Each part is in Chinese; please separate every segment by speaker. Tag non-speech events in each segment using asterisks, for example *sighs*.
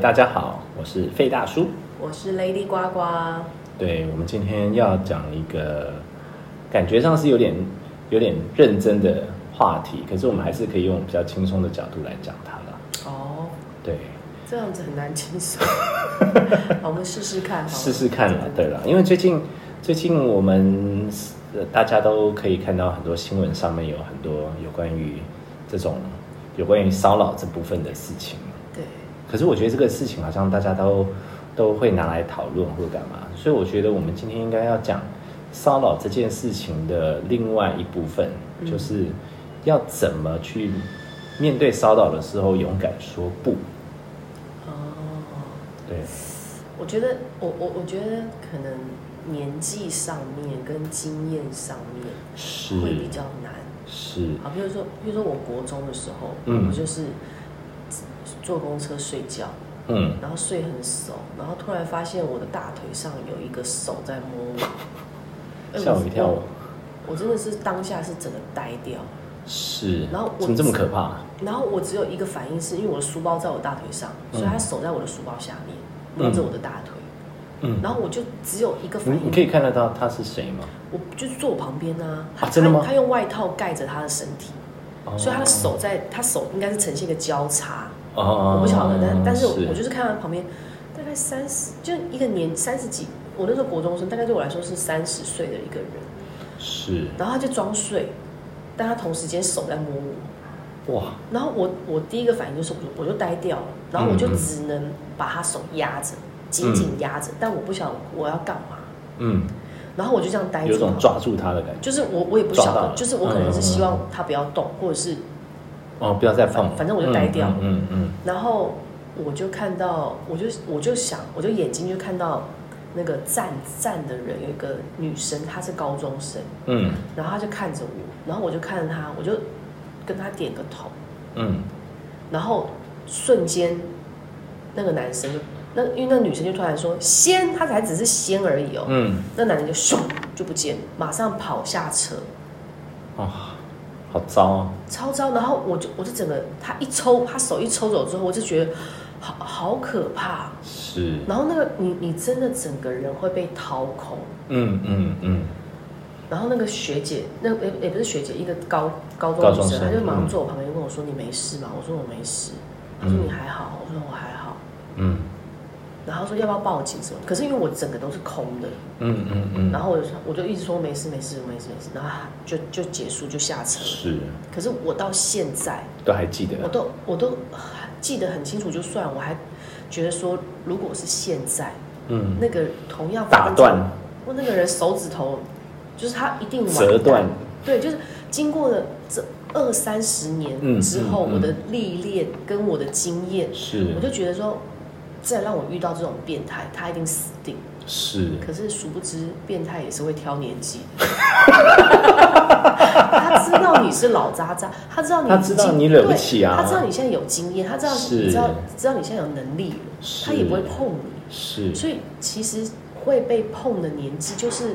Speaker 1: 大家好，我是费大叔。
Speaker 2: 我是 Lady 呱呱，
Speaker 1: 对我们今天要讲一个感觉上是有点有点认真的话题，可是我们还是可以用比较轻松的角度来讲它了。
Speaker 2: 哦，
Speaker 1: 对，
Speaker 2: 这样子很难
Speaker 1: *laughs*
Speaker 2: 轻松，好我们试试看好了，
Speaker 1: 试试看啦，对啦，因为最近最近我们呃大家都可以看到很多新闻上面有很多有关于这种有关于骚扰这部分的事情。
Speaker 2: 对，
Speaker 1: 可是我觉得这个事情好像大家都都会拿来讨论或干嘛，所以我觉得我们今天应该要讲骚扰这件事情的另外一部分，
Speaker 2: 嗯
Speaker 1: 就是要怎么去面对骚扰的时候勇敢说不。
Speaker 2: 哦，
Speaker 1: 对，
Speaker 2: 我觉得我我我觉得可能年纪上面跟经验上面
Speaker 1: 是
Speaker 2: 会比较难
Speaker 1: 是，
Speaker 2: 啊，比如说比如说我国中的时候，
Speaker 1: 嗯
Speaker 2: 我就是坐公车睡觉，
Speaker 1: 嗯，
Speaker 2: 然后睡很熟，然后突然发现我的大腿上有一个手在摸我，哎
Speaker 1: 吓我一跳，啊
Speaker 2: 我我真的是当下是整个呆掉。
Speaker 1: 是，
Speaker 2: 然后我
Speaker 1: 怎么这么可怕？
Speaker 2: 然后我只有一个反应，是因为我的书包在我大腿上，
Speaker 1: 嗯
Speaker 2: 所以他手在我的书包下面，摸着我的大腿。
Speaker 1: 嗯，
Speaker 2: 然后我就只有一个
Speaker 1: 你
Speaker 2: 反
Speaker 1: 你
Speaker 2: 应，
Speaker 1: 可以看得到他是谁吗？
Speaker 2: 我就是坐我旁边啊，他、
Speaker 1: 真的吗
Speaker 2: 他他用外套盖着他的身体，
Speaker 1: 哦
Speaker 2: 所以他的手在他手应该是呈现一个交叉，
Speaker 1: 哦，
Speaker 2: 我不晓得，但但是我我
Speaker 1: 就
Speaker 2: 就是看他旁边大概三十，就一个年三十几，我那时候国中生，大概对我来说是三十岁的一个人，
Speaker 1: 是
Speaker 2: 然后他就装睡，但他同时间手在摸我。
Speaker 1: 哇，
Speaker 2: 然后我我第一个反应就是我就我就呆掉了，然后我就
Speaker 1: 嗯
Speaker 2: 只能把他手压着，紧紧压着，但我不晓得我要干嘛，
Speaker 1: 嗯，
Speaker 2: 然后我就这样呆
Speaker 1: 有
Speaker 2: 住
Speaker 1: 种
Speaker 2: 了。
Speaker 1: 抓住他的感觉。
Speaker 2: 就是我我也不晓
Speaker 1: 抓到了
Speaker 2: 得，就是我可能是希
Speaker 1: 嗯
Speaker 2: 望他不要动，或者是
Speaker 1: 哦，不要再放，
Speaker 2: 反反正我就呆掉
Speaker 1: 嗯嗯嗯
Speaker 2: 然后我就看到，我就我就想，我就眼睛就看到那个站站的人有一个女生，她是高中生，
Speaker 1: 嗯
Speaker 2: 然后她就看着我，然后我就看着她，我就跟她点个头，
Speaker 1: 嗯
Speaker 2: 然后瞬间，那个男生就那因为那女生就突然说先，他才只是先而已哦，
Speaker 1: 嗯，
Speaker 2: 那男人就咻就不见了，马上跑下车，
Speaker 1: 哦，好糟啊！
Speaker 2: 超糟。然后我就我就整个他一抽，他手一抽走之后，我就觉得好好可怕。
Speaker 1: 是，
Speaker 2: 然后那个你你真的整个人会被掏空。
Speaker 1: 嗯嗯嗯，
Speaker 2: 然后那个学姐，那也也不是学姐，一个高高中
Speaker 1: 高
Speaker 2: 女
Speaker 1: 中
Speaker 2: 生，
Speaker 1: 生
Speaker 2: 她就马
Speaker 1: 嗯
Speaker 2: 上坐我旁边问我说：“你没事吗？”我说：“我没事。”她说：“
Speaker 1: 嗯
Speaker 2: 你还好？”我说：“我还好。”
Speaker 1: 嗯
Speaker 2: 然后说要不要报警什么？可是因为我整个都是空的，
Speaker 1: 嗯嗯嗯，
Speaker 2: 然
Speaker 1: 后
Speaker 2: 后我就说我就一直说没事没事没事没事，然后他就就结束就下车了。
Speaker 1: 是，
Speaker 2: 可是我到现在
Speaker 1: 都还记得
Speaker 2: 我，都我都记得很清楚，就算我还觉得说，如果是现在
Speaker 1: 嗯，
Speaker 2: 那个同样
Speaker 1: 打断，
Speaker 2: 我那个人手指头，就是他一定完蛋
Speaker 1: 折断，
Speaker 2: 对，就是经过了这二三十年
Speaker 1: 嗯
Speaker 2: 之后，
Speaker 1: 嗯嗯
Speaker 2: 我的历练跟我的经验，
Speaker 1: 是
Speaker 2: 我就觉得说，再让我遇到这种变态，他一定死定。
Speaker 1: 是，
Speaker 2: 可是殊不知，变态也是会挑年纪的。他知道你是老渣渣，他知道你
Speaker 1: 他知道
Speaker 2: 已经
Speaker 1: 你惹不起啊
Speaker 2: 对他知道你现在有经验，他知道
Speaker 1: 是
Speaker 2: 你知道知道你现在有能力了，
Speaker 1: 是
Speaker 2: 他也不会碰你。
Speaker 1: 是，
Speaker 2: 所以其实会被碰的年纪就是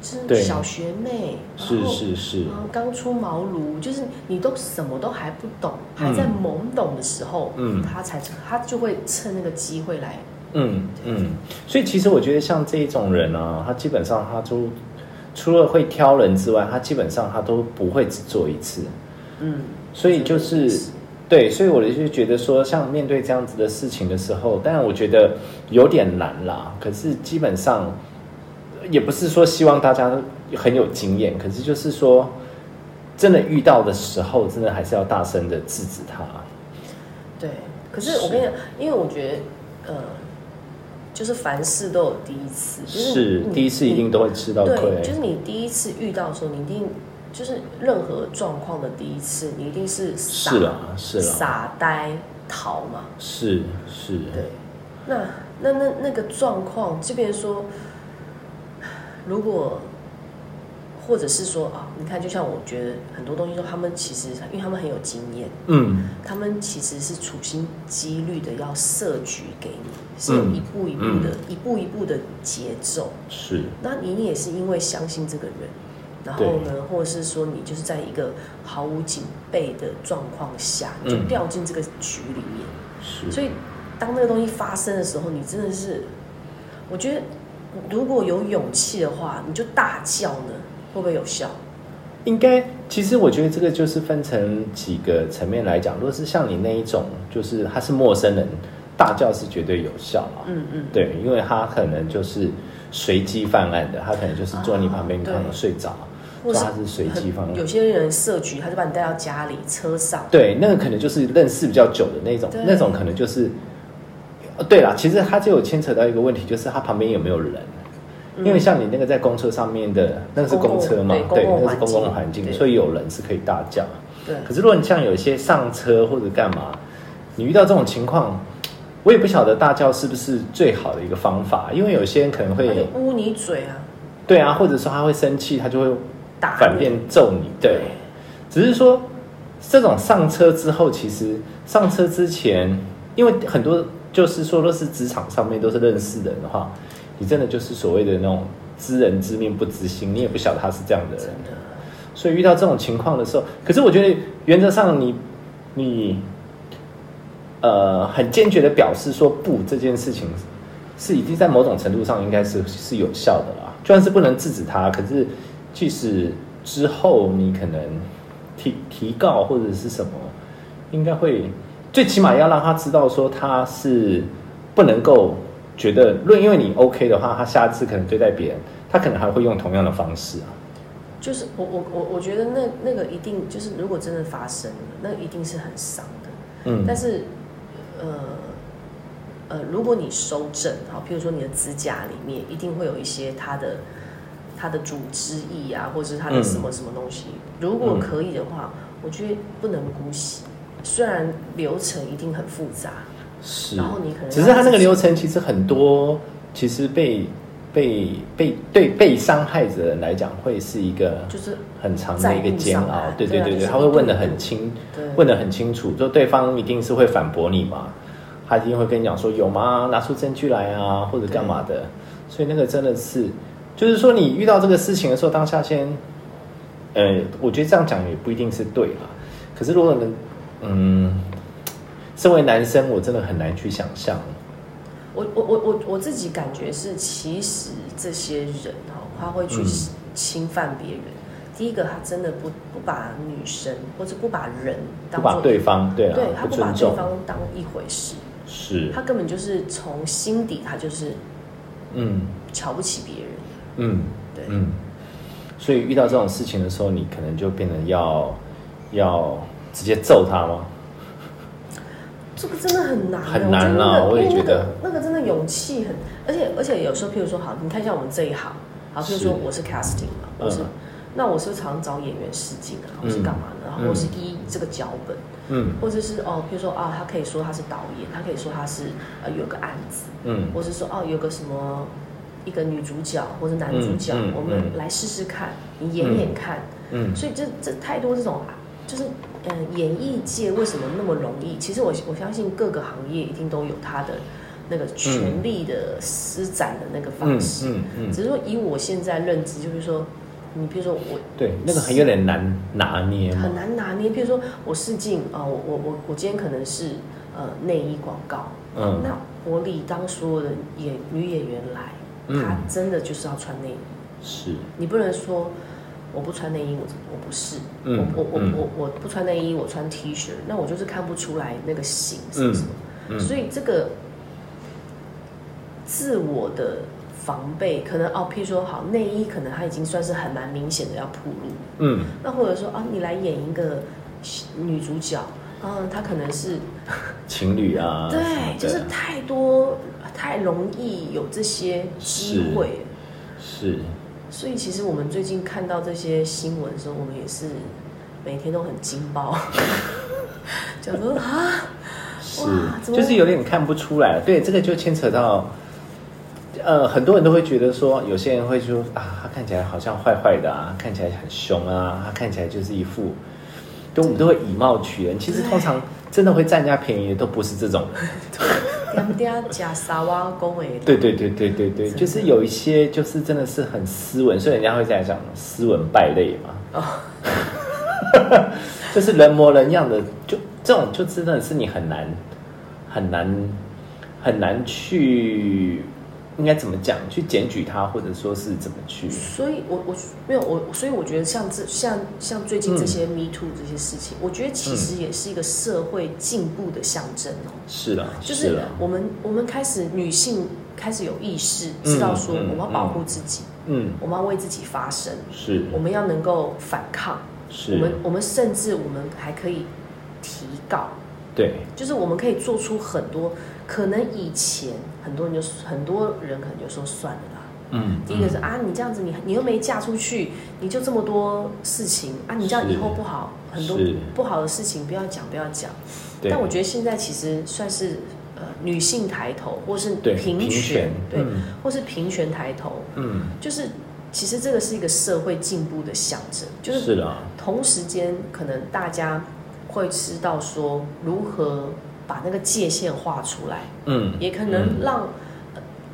Speaker 2: 就
Speaker 1: 对
Speaker 2: 是小学妹，然
Speaker 1: 是
Speaker 2: 后啊
Speaker 1: 是是，
Speaker 2: 然后刚出茅庐，就是你都什么都还不懂，还在懵懂的时候，
Speaker 1: 嗯
Speaker 2: 他才他就会趁那个机会来，
Speaker 1: 嗯嗯，所以其实我觉得像这一种人啊，他基本上他都除了会挑人之外，他基本上他都不会只做一次，
Speaker 2: 嗯，
Speaker 1: 所以就是对，所以我就觉得说，像面对这样子的事情的时候，当然我觉得有点难啦。可是基本上也不是说希望大家都很有经验，可是就是说，真的遇到的时候，真的还是要大声的制止他。
Speaker 2: 嗯对，可是我跟你讲，因为我觉得，呃，就是凡事都有第一次，就是你
Speaker 1: 第一次一定都会吃到亏
Speaker 2: 嗯对，，就是你第一次遇到的时候，你一定就是任何状况的第一次，你一定是傻
Speaker 1: 是啦是啦
Speaker 2: 傻呆逃嘛，
Speaker 1: 是是，
Speaker 2: 对，那那那那个状况，这边说，如果或者是说啊，你看，就像我觉得很多东西说，他们其实因为他们很有经验，
Speaker 1: 嗯
Speaker 2: 他们其实是处心积虑的要设局给你，是
Speaker 1: 嗯
Speaker 2: 一步一步的、一步一步的节奏。
Speaker 1: 是
Speaker 2: 那你也是因为相信这个人，然后呢，或者是说你就是在一个毫无警备的状况下，你就
Speaker 1: 嗯
Speaker 2: 掉进这个局里面。
Speaker 1: 是，
Speaker 2: 所以当那个东西发生的时候，你真的是，我觉得如果有勇气的话，你就大叫呢，会不会有效？
Speaker 1: 应该，其实我觉得这个就是分成几个层面来讲。如果是像你那一种，就是他是陌生人，大叫是绝对有效啊。
Speaker 2: 嗯嗯，
Speaker 1: 对，因为他可能就是随机犯案的，他可能就是坐在你旁边，
Speaker 2: 啊
Speaker 1: 你
Speaker 2: 对
Speaker 1: 刚好睡着，
Speaker 2: 或
Speaker 1: 所以
Speaker 2: 是
Speaker 1: 他是随机犯案
Speaker 2: 有。些人设局，他就把你带到家里、车上，
Speaker 1: 对，那个可能就是认识比较久的那种
Speaker 2: 对，
Speaker 1: 那种可能就是，呃对啦，其实他就有牵扯到一个问题，就是他旁边有没有人。
Speaker 2: 嗯
Speaker 1: 因为像你那个在公车上面的，那个是公车嘛
Speaker 2: 公，共
Speaker 1: 对，
Speaker 2: 对公共
Speaker 1: 那是公共
Speaker 2: 环境
Speaker 1: 环境，
Speaker 2: 对
Speaker 1: 所以有人是可以大叫。
Speaker 2: 嗯对，
Speaker 1: 可是如果你像有些上车或者干嘛，你遇到这种情况，我也不晓得大叫是不是最好的一个方法，因为有些人可能
Speaker 2: 他就
Speaker 1: 会
Speaker 2: 污你嘴啊，
Speaker 1: 对啊，或者说他会生气，他就会
Speaker 2: 打你
Speaker 1: 反面揍你。对，只是说这种上车之后，其实上车之前，因为很多就是说，都是职场上面都是认识的人的话，你真的就是所谓的那种知人知面不知心，你也不晓得他是这样的人
Speaker 2: 真。的，
Speaker 1: 所以遇到这种情况的时候，可是我觉得原则上你你呃很坚决的表示说不这件事情是已经在某种程度上应该是是有效的啦，就算是不能制止他，可是即使之后你可能提提告或者是什么，应该会最起码要让他知道说他是不能够觉得论因为你 OK 的话，他下次可能对待别人，他可能还会用同样的方式啊。
Speaker 2: 就是我我我我觉得那那个一定就是，如果真的发生了，那一定是很伤的。
Speaker 1: 嗯，
Speaker 2: 但是，呃呃，如果你收正，好，譬如说你的指甲里面一定会有一些它的它的组织液啊，或者是它的
Speaker 1: 嗯
Speaker 2: 什么什么东西。如果
Speaker 1: 嗯
Speaker 2: 可以的话，我觉得不能姑息。虽然流程一定很复杂，
Speaker 1: 是，
Speaker 2: 然后你可能
Speaker 1: 只是他那个流程其实很多，其实被被被对被伤害者的人来讲，会是一个
Speaker 2: 就是
Speaker 1: 很长的一个煎熬
Speaker 2: 在乎上。
Speaker 1: 对
Speaker 2: 对啊
Speaker 1: 对
Speaker 2: 就
Speaker 1: 对，
Speaker 2: 是
Speaker 1: 他会问的很清，
Speaker 2: 对
Speaker 1: 问的很清楚，就对方一定是会反驳你嘛，他一定会跟你讲说有吗？拿出证据来啊，或者干嘛的。所以那个真的是，就是说你遇到这个事情的时候，当下先，呃，我觉得这样讲也不一定是对啦。可是如果能，嗯，身为男生，我真的很难去想象。
Speaker 2: 我我我我我自己感觉是，其实这些人哈，他会去
Speaker 1: 嗯
Speaker 2: 侵犯别人。第一个，他真的不不把女生或者不把人
Speaker 1: 不
Speaker 2: 当
Speaker 1: 把
Speaker 2: 做
Speaker 1: 对方对啊
Speaker 2: 对，他不把
Speaker 1: 尊
Speaker 2: 对
Speaker 1: 重
Speaker 2: 方当一回事，
Speaker 1: 是
Speaker 2: 他根本就是从心底他就是
Speaker 1: 嗯
Speaker 2: 瞧不起别人。
Speaker 1: 嗯
Speaker 2: 对
Speaker 1: 嗯，所以遇到这种事情的时候，你可能就变得要要直接揍他吗？
Speaker 2: 这个真的很难的，欸
Speaker 1: 很难啦
Speaker 2: 我觉得那个
Speaker 1: 我也
Speaker 2: 因为
Speaker 1: 觉得
Speaker 2: 那个、那个真的勇气很，而且而且有时候，譬如说，好，你看像我们这一行，好，譬如说
Speaker 1: 是
Speaker 2: 我是 casting 嘛，
Speaker 1: 嗯
Speaker 2: 我是，那我是不是常找演员试镜啊，
Speaker 1: 嗯
Speaker 2: 我是干嘛呢？然后
Speaker 1: 嗯
Speaker 2: 我是依这个脚本，
Speaker 1: 嗯
Speaker 2: 或者是哦，譬如说啊，他可以说他是导演，他可以说他是呃有个案子，
Speaker 1: 嗯
Speaker 2: 或是说哦有个什么一个女主角或者男主角，
Speaker 1: 嗯嗯
Speaker 2: 我
Speaker 1: 嗯
Speaker 2: 们来试试看，你演演看。
Speaker 1: 嗯
Speaker 2: 所以这这太多这种啊，就是呃，演艺界为什么那么容易？其实我我相信各个行业一定都有它的那个权力的施展的那个
Speaker 1: 嗯
Speaker 2: 方式。
Speaker 1: 嗯嗯，
Speaker 2: 只是说以我现在认知，就是说，你比如说我
Speaker 1: 对，那个很有点难拿捏嘛
Speaker 2: 很。难拿捏，比如说我试镜啊、呃我我我我今天可能是呃内衣广告，
Speaker 1: 嗯
Speaker 2: 那我理当所有的演女演员来，
Speaker 1: 嗯
Speaker 2: 她真的就是要穿内衣。
Speaker 1: 是
Speaker 2: 你不能说我不穿内衣，我我不是，
Speaker 1: 嗯
Speaker 2: 我我我
Speaker 1: 嗯
Speaker 2: 我我不穿内衣，我穿 T 恤，那我就是看不出来那个型是什么。
Speaker 1: 嗯嗯
Speaker 2: 所以这个自我的防备，可能哦，譬如说好内衣，可能它已经算是很蛮明显的要铺路，
Speaker 1: 嗯
Speaker 2: 那或者说啊，你来演一个女主角，嗯，她可能是
Speaker 1: 情侣啊，什么的
Speaker 2: 对，就是太多太容易有这些机
Speaker 1: 是
Speaker 2: 会了。
Speaker 1: 是
Speaker 2: 所以其实我们最近看到这些新闻的时候，我们也是每天都很惊爆， *laughs* 讲说啊，
Speaker 1: 是
Speaker 2: 哇，怎么
Speaker 1: 就是有点看不出来。对，这个就牵扯到，呃，很多人都会觉得说，有些人会说啊，他看起来好像坏坏的啊，看起来很凶啊，他看起来就是一副，都我们都会以貌取人。其实
Speaker 2: 对
Speaker 1: 通常真的会占人家便宜的都不是这种人。
Speaker 2: 点点假沙哇恭维，
Speaker 1: 对对对对对对，
Speaker 2: 真的
Speaker 1: 就是有一些就是真的是很斯文，所以人家会这样讲斯文败类嘛。
Speaker 2: 哦
Speaker 1: *laughs* 就是人模人样的，就这种就真的是你很难很难很难去，应该怎么讲，去检举他，或者说是怎么去，
Speaker 2: 所以我，我没有我，所以我觉得像这像像最
Speaker 1: 嗯
Speaker 2: 近这些 Me Too 这些事情，我觉得其实也是一个社会进步的象征哦。
Speaker 1: 是啊啦，
Speaker 2: 就是是
Speaker 1: 啦，
Speaker 2: 我们我们开始女性开始有意识，知道说
Speaker 1: 嗯嗯
Speaker 2: 我们要保护自己，
Speaker 1: 嗯，
Speaker 2: 我们要为自己发声，
Speaker 1: 是
Speaker 2: 我们要能够反抗，我们
Speaker 1: 是，
Speaker 2: 我们甚至我们还可以提告，
Speaker 1: 对，
Speaker 2: 就是我们可以做出很多可能以前很多人就很多人可能就说算了啦。
Speaker 1: 嗯，
Speaker 2: 第一个是
Speaker 1: 嗯
Speaker 2: 啊，你这样子你你又没嫁出去，你就这么多事情啊，你这样以后不好，
Speaker 1: 是
Speaker 2: 很多
Speaker 1: 是
Speaker 2: 不好的事情不要讲不要讲。
Speaker 1: 对，
Speaker 2: 但我觉得现在其实算是呃女性抬头，或是
Speaker 1: 对
Speaker 2: 平
Speaker 1: 平
Speaker 2: 权
Speaker 1: 权，
Speaker 2: 对，
Speaker 1: 嗯
Speaker 2: 或是平权抬头，
Speaker 1: 嗯，
Speaker 2: 就是其实这个是一个社会进步的象征，就是
Speaker 1: 是啦，
Speaker 2: 同时间可能大家会知道说如何把那个界限画出来，
Speaker 1: 嗯，
Speaker 2: 也可
Speaker 1: 嗯
Speaker 2: 能让、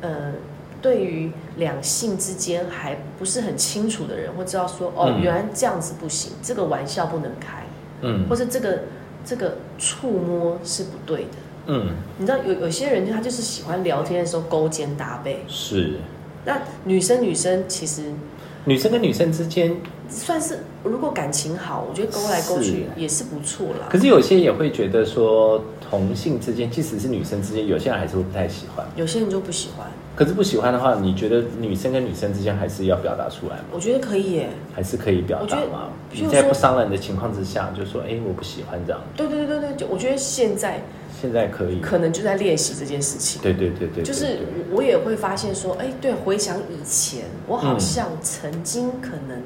Speaker 2: 呃对于两性之间还不是很清楚的人会知道说哦，
Speaker 1: 嗯
Speaker 2: 原来这样子不行，这个玩笑不能开，
Speaker 1: 嗯
Speaker 2: 或是这个这个触摸是不对的。
Speaker 1: 嗯
Speaker 2: 你知道有有些人他就是喜欢聊天的时候勾肩搭背，
Speaker 1: 是，
Speaker 2: 那女生女生其实
Speaker 1: 女生跟女生之间，
Speaker 2: 算是如果感情好，我觉得勾来勾去
Speaker 1: 是
Speaker 2: 也是不错啦。
Speaker 1: 可是有些也会觉得说同性之间，即使是女生之间，有些人还是会不太喜欢。
Speaker 2: 有些人就不喜欢，
Speaker 1: 可是不喜欢的话，你觉得女生跟女生之间还是要表达出来吗？
Speaker 2: 我觉得可以耶。
Speaker 1: 还是可以表达吗？
Speaker 2: 我觉
Speaker 1: 你
Speaker 2: 得譬如
Speaker 1: 在
Speaker 2: 说
Speaker 1: 不伤人的情况之下，就说哎、我不喜欢这样。
Speaker 2: 对对对对对，就我觉得现在
Speaker 1: 现在可以，
Speaker 2: 可能就在练习这件事情。
Speaker 1: 对对对对，
Speaker 2: 就是
Speaker 1: 对
Speaker 2: 我我也会发现说，哎，对，回想以前，我好
Speaker 1: 嗯
Speaker 2: 像曾经可能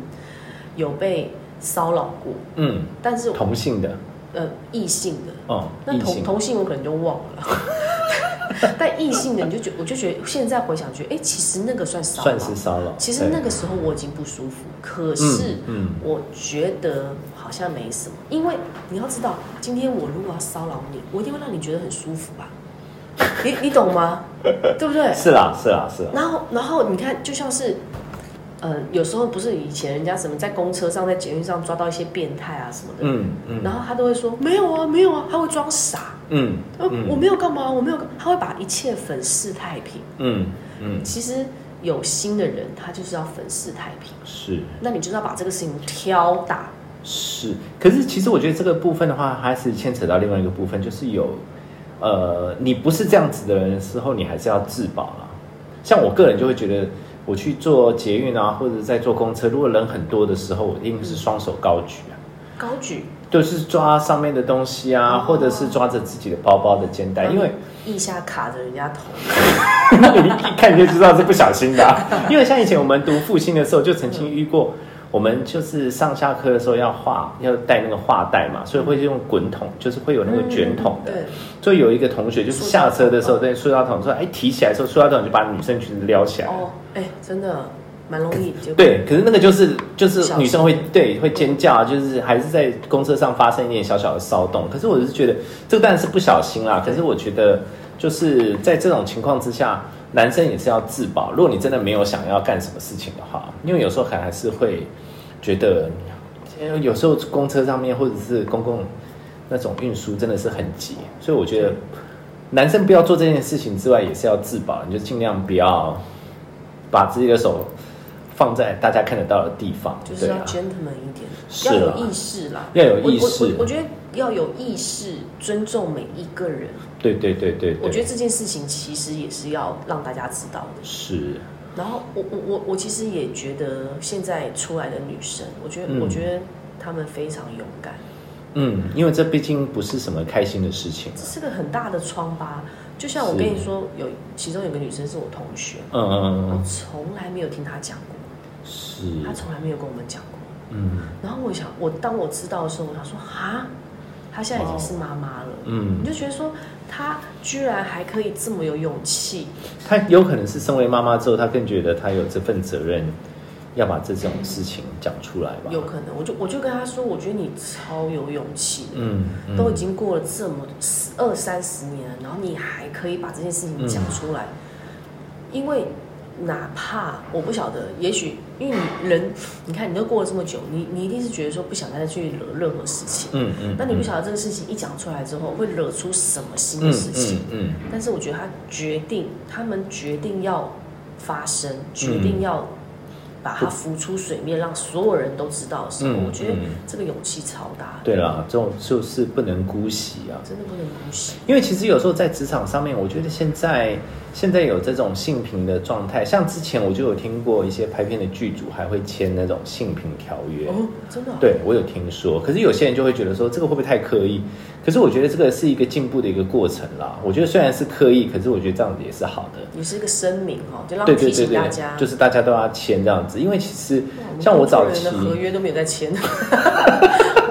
Speaker 2: 有被骚扰过，
Speaker 1: 嗯，
Speaker 2: 但是
Speaker 1: 同性的，
Speaker 2: 呃异性的，
Speaker 1: 哦、
Speaker 2: 那
Speaker 1: 异
Speaker 2: 同
Speaker 1: 性，
Speaker 2: 同性我可能就忘了， *laughs* 但异性的你就觉，我就觉得现在回想觉得，哎，其实那个算骚扰
Speaker 1: 算，是骚扰。
Speaker 2: 其实那
Speaker 1: 对
Speaker 2: 个时候我已经不舒服，可是
Speaker 1: 嗯嗯
Speaker 2: 我觉得好像没什么，因为你要知道，今天我如果要骚扰你，我一定会让你觉得很舒服吧， *laughs* 你你
Speaker 1: *laughs*
Speaker 2: 懂吗？对不对？
Speaker 1: 是啦是啦是啦，
Speaker 2: 然后，然后你看，就像是，呃，有时候不是以前人家什么在公车上、在捷运上抓到一些变态啊什么的，
Speaker 1: 嗯嗯，
Speaker 2: 然后他都会说没有啊，没有啊，他会装傻，
Speaker 1: 嗯
Speaker 2: 呃，我
Speaker 1: 嗯
Speaker 2: 没有干嘛，我没有干，他会把一切粉饰太平。
Speaker 1: 嗯嗯，
Speaker 2: 其实有心的人，他就是要粉饰太平，
Speaker 1: 是
Speaker 2: 那你就是要把这个事情挑打。
Speaker 1: 是，可是其实我觉得这个部分的话，还是牵扯到另外一个部分，就是有，呃，你不是这样子的人的时候，你还是要自保啦。像我个人就会觉得，我去坐捷运啊，或者在坐公车，如果人很多的时候，我一定是双手高举啊，
Speaker 2: 高举
Speaker 1: 就是抓上面的东西啊，
Speaker 2: 哦
Speaker 1: 或者是抓着自己的包包的肩哎带，因为
Speaker 2: 腋下卡着人家头，
Speaker 1: 那你一看你就知道是不小心的啊、因为像以前我们读复兴的时候，就曾经遇过，我们就是上下课的时候要画，要带那个画带嘛，所以会用滚筒，就是会有那个卷筒的。
Speaker 2: 嗯对，
Speaker 1: 所以有一个同学就是
Speaker 2: 塑
Speaker 1: 下
Speaker 2: 胶
Speaker 1: 车的时候，
Speaker 2: 哦
Speaker 1: 对塑料桶说：“哎，提起来的时候，塑料桶就把女生裙子撩起来。”
Speaker 2: 哦，哎，真的蛮容易，就
Speaker 1: 对，可是那个就是就是
Speaker 2: 小
Speaker 1: 女生会
Speaker 2: 心
Speaker 1: 对会尖叫啊，就是还是在公车上发生一点小小的骚动。可是我是觉得这个当然是不小心啦，可是我觉得就是在这种情况之下，男生也是要自保。如果你真的没有想要干什么事情的话，因为有时候可能还是会觉得，呃有时候公车上面或者是公共那种运输真的是很急，所以我觉得
Speaker 2: 对
Speaker 1: 男生不要做这件事情之外，也是要自保，你就尽量不要把自己的手放在大家看得到的地方，
Speaker 2: 就是
Speaker 1: 对
Speaker 2: 要
Speaker 1: 啊，
Speaker 2: gentleman 一点，
Speaker 1: 是
Speaker 2: 要
Speaker 1: 啦
Speaker 2: 有意识啦，
Speaker 1: 要有意识
Speaker 2: 我我我我觉得要有意识，尊重每一个人。
Speaker 1: 对对对对
Speaker 2: 我觉
Speaker 1: 对，
Speaker 2: 得这件事情其实也是要让大家知道的。
Speaker 1: 是，
Speaker 2: 然后我我我我其实也觉得现在出来的女生，我觉得、
Speaker 1: 嗯
Speaker 2: 我觉得她们非常勇敢，
Speaker 1: 嗯，因为这毕竟不是什么开心的事情啊
Speaker 2: 这，是个很大的疮疤。就像我
Speaker 1: 是
Speaker 2: 跟你说，有其中有个女生是我同学，
Speaker 1: 嗯嗯
Speaker 2: 我
Speaker 1: 嗯，
Speaker 2: 从来没有听她讲过，
Speaker 1: 是，
Speaker 2: 她从来没有跟我们讲过。
Speaker 1: 嗯
Speaker 2: 然后我想，我当我知道的时候，我想说啊，她现在已经是妈妈了，你
Speaker 1: 嗯，
Speaker 2: 就觉得说她居然还可以这么有勇气，
Speaker 1: 他有可能是身为妈妈之后，他更觉得他有这份责任，要把这种事情讲出来吧，
Speaker 2: 有可能，我就我就跟她说，我觉得你超有勇气的，
Speaker 1: 嗯，嗯，
Speaker 2: 都已经过了这么十
Speaker 1: 嗯
Speaker 2: 二三十年了，然后你还可以把这件事情讲出来，因为哪怕我不晓得，也许因为你人，你看你都过了这么久，你你一定是觉得说不想再去惹任何事情。
Speaker 1: 嗯嗯，
Speaker 2: 那你不晓得这个事情一讲出来之后会惹出什么新的
Speaker 1: 嗯
Speaker 2: 事情，
Speaker 1: 嗯
Speaker 2: 但是我觉得他决定，他们决定要发生，
Speaker 1: 嗯
Speaker 2: 决定要把它浮出水面，让所有人都知道的时候，
Speaker 1: 嗯
Speaker 2: 我觉得
Speaker 1: 嗯
Speaker 2: 这个勇气超大
Speaker 1: 嗯，
Speaker 2: 的，
Speaker 1: 对啦，这种就是不能姑息啊。
Speaker 2: 真的不能姑息。
Speaker 1: 因为其实有时候在职场上面，我觉得现在现在有这种性平的状态，像之前我就有听过一些拍片的剧组还会签那种性平条约。
Speaker 2: 哦，真的、哦，
Speaker 1: 对，我有听说，可是有些人就会觉得说这个会不会太刻意？可是我觉得这个是一个进步的一个过程啦。我觉得虽然是刻意，可是我觉得这样子也是好的。
Speaker 2: 也是一个声明哦，就让
Speaker 1: 对对
Speaker 2: 提
Speaker 1: 对
Speaker 2: 醒
Speaker 1: 对
Speaker 2: 大家，，
Speaker 1: 就是大家都要签这样子，因为其实
Speaker 2: 哇们
Speaker 1: 像我
Speaker 2: 工作
Speaker 1: 早
Speaker 2: 人
Speaker 1: 期
Speaker 2: 的合约都没有
Speaker 1: *laughs*
Speaker 2: 在签，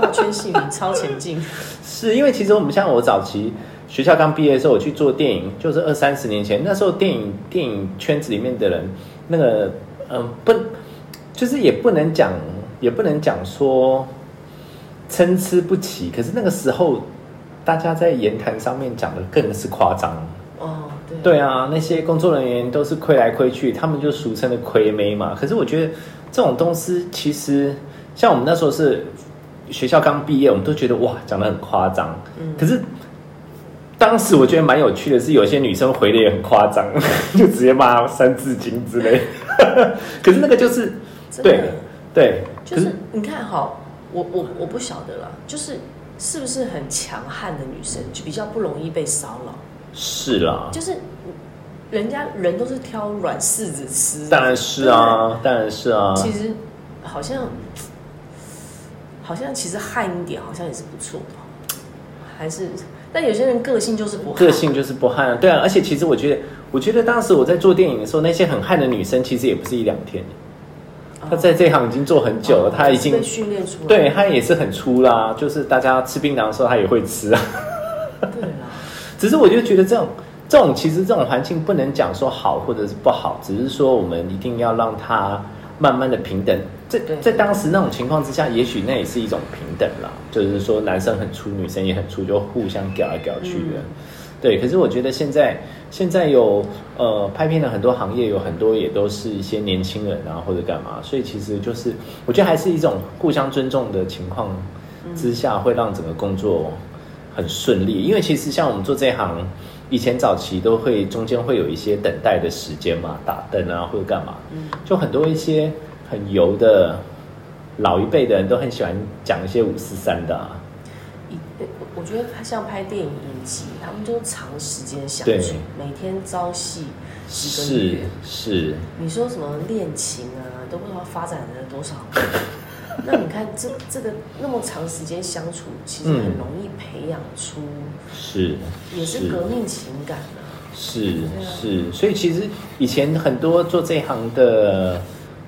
Speaker 2: 哇，圈姓名超前进，
Speaker 1: 是因为其实我们像我早期学校刚毕业的时候，我去做电影，就是二三十年前，那时候电影电影圈子里面的人，那个嗯、呃不，就是也不能讲，也不能讲说参差不齐，可是那个时候大家在言谈上面讲的更是夸张。
Speaker 2: 哦，对，
Speaker 1: 对啊，那些工作人员都是亏来亏去，他们就俗称的亏妹嘛。可是我觉得这种东西其实，像我们那时候是学校刚毕业，我们都觉得哇，讲的很夸张。
Speaker 2: 嗯
Speaker 1: 可是当时我觉得蛮有趣的是，有些女生回的也很夸张， *laughs* 就直接骂《三字经》之类。 *laughs* 可是那个就是
Speaker 2: 真的
Speaker 1: 对对，
Speaker 2: 就
Speaker 1: 可
Speaker 2: 是你看哈，我我我不晓得啦，就是是不是很强悍的女生就比较不容易被骚扰，
Speaker 1: 是啦，
Speaker 2: 就是人家人都是挑软柿子吃，
Speaker 1: 当然是啊，当然是啊
Speaker 2: 对不。对。其实好像好像其实悍一点好像也是不错的，还是但有些人个性就是不悍
Speaker 1: 个性就是不悍啊，对啊，而且其实我觉得，我觉得当时我在做电影的时候，那些很悍的女生其实也不是一两天，
Speaker 2: 哦
Speaker 1: 她在这行已经做很久了，她已经
Speaker 2: 被训练出来，
Speaker 1: 对她也是很粗啦，就是大家吃槟榔的时候她也会吃啊。 *laughs*
Speaker 2: 对啦，
Speaker 1: 只是我就觉得这种这种其实这种环境不能讲说好或者是不好，只是说我们一定要让它慢慢的平等。在
Speaker 2: 对
Speaker 1: 在当时那种情况之下，也许那也是一种平等啦，就是说男生很粗，女生也很粗，就互相屌来屌去的。
Speaker 2: 嗯
Speaker 1: 对，可是我觉得现在现在有呃拍片的很多行业，有很多也都是一些年轻人啊或者干嘛，所以其实就是我觉得还是一种互相尊重的情况之下，会让整个工作很顺利。因为其实像我们做这一行，以前早期都会中间会有一些等待的时间嘛，打灯啊或者干嘛，
Speaker 2: 嗯
Speaker 1: 就很多一些很油的老一辈的人都很喜欢讲一些五四三的、啊，
Speaker 2: 一呃我我觉得他像拍电影影集，他们都长时间相
Speaker 1: 对
Speaker 2: 处，每天朝夕几个
Speaker 1: 是
Speaker 2: 月。
Speaker 1: 是，
Speaker 2: 你说什么恋情啊，都不知道发展了多
Speaker 1: *laughs*
Speaker 2: 少。那你看这这个那么长时间相处，其实很
Speaker 1: 嗯
Speaker 2: 容易培养出、
Speaker 1: 是
Speaker 2: 也是革命情感啊。
Speaker 1: 是
Speaker 2: 啊
Speaker 1: 是，所以其实以前很多做这一行的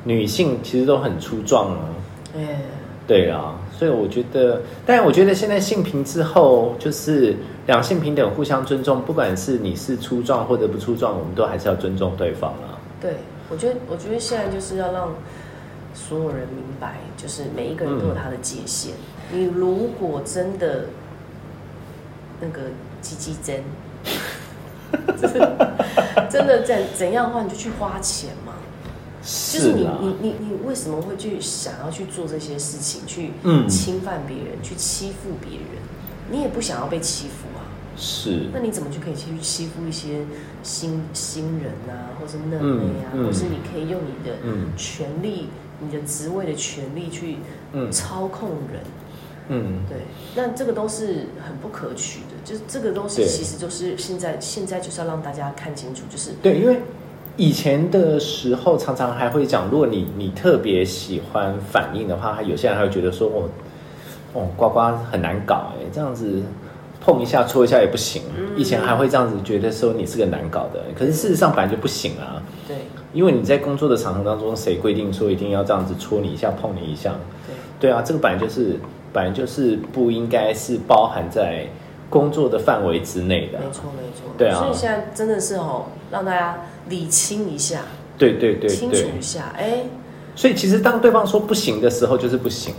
Speaker 1: 女性其实都很粗壮啊，
Speaker 2: 哎、
Speaker 1: 对啊，所以我觉得，但我觉得现在性平之后，就是两性平等，互相尊重，不管是你是粗壮或者不粗壮，我们都还是要尊重对方啊。
Speaker 2: 对我觉得我觉得现在就是要让所有人明白，就是每一个人都有他的界限。
Speaker 1: 嗯
Speaker 2: 你如果真的那个鸡鸡针， *laughs* 真的怎怎样的话，你就去花钱嘛。就是
Speaker 1: 是
Speaker 2: 你
Speaker 1: 啊，
Speaker 2: 你你你为什么会去想要去做这些事情，去
Speaker 1: 嗯
Speaker 2: 侵犯别人，去欺负别人？你也不想要被欺负啊，
Speaker 1: 是
Speaker 2: 那你怎么就可以去欺负一些新新人啊，或是嫩
Speaker 1: 嗯
Speaker 2: 妹啊，
Speaker 1: 嗯
Speaker 2: 或是你可以用你的
Speaker 1: 嗯
Speaker 2: 权利、你的职位的权利去
Speaker 1: 嗯
Speaker 2: 操控人？
Speaker 1: 嗯，
Speaker 2: 对，那这个都是很不可取的，就是这个东西
Speaker 1: 对
Speaker 2: 其实就是现在现在就是要让大家看清楚，就是
Speaker 1: 对，因为以前的时候常常还会讲，如果你你特别喜欢反应的话，有些人还会觉得说，哦哦，呱呱很难搞哎，这样子碰一下戳一下也不行。
Speaker 2: 嗯
Speaker 1: 以前还会这样子觉得说你是个难搞的人，可是事实上本来就不行啊。
Speaker 2: 对
Speaker 1: 因为你在工作的场合当中，谁规定说一定要这样子戳你一下、碰你一下？对
Speaker 2: 对。
Speaker 1: 啊，这个本来就是本来就是不应该是包含在工作的范围之内的啊。
Speaker 2: 没错，没错。
Speaker 1: 对啊
Speaker 2: 所以现在真的是哦，让大家理清一下，
Speaker 1: 对对对
Speaker 2: 清
Speaker 1: 对
Speaker 2: 楚。一下。哎，
Speaker 1: 所以其实当对方说不行的时候，就是不行。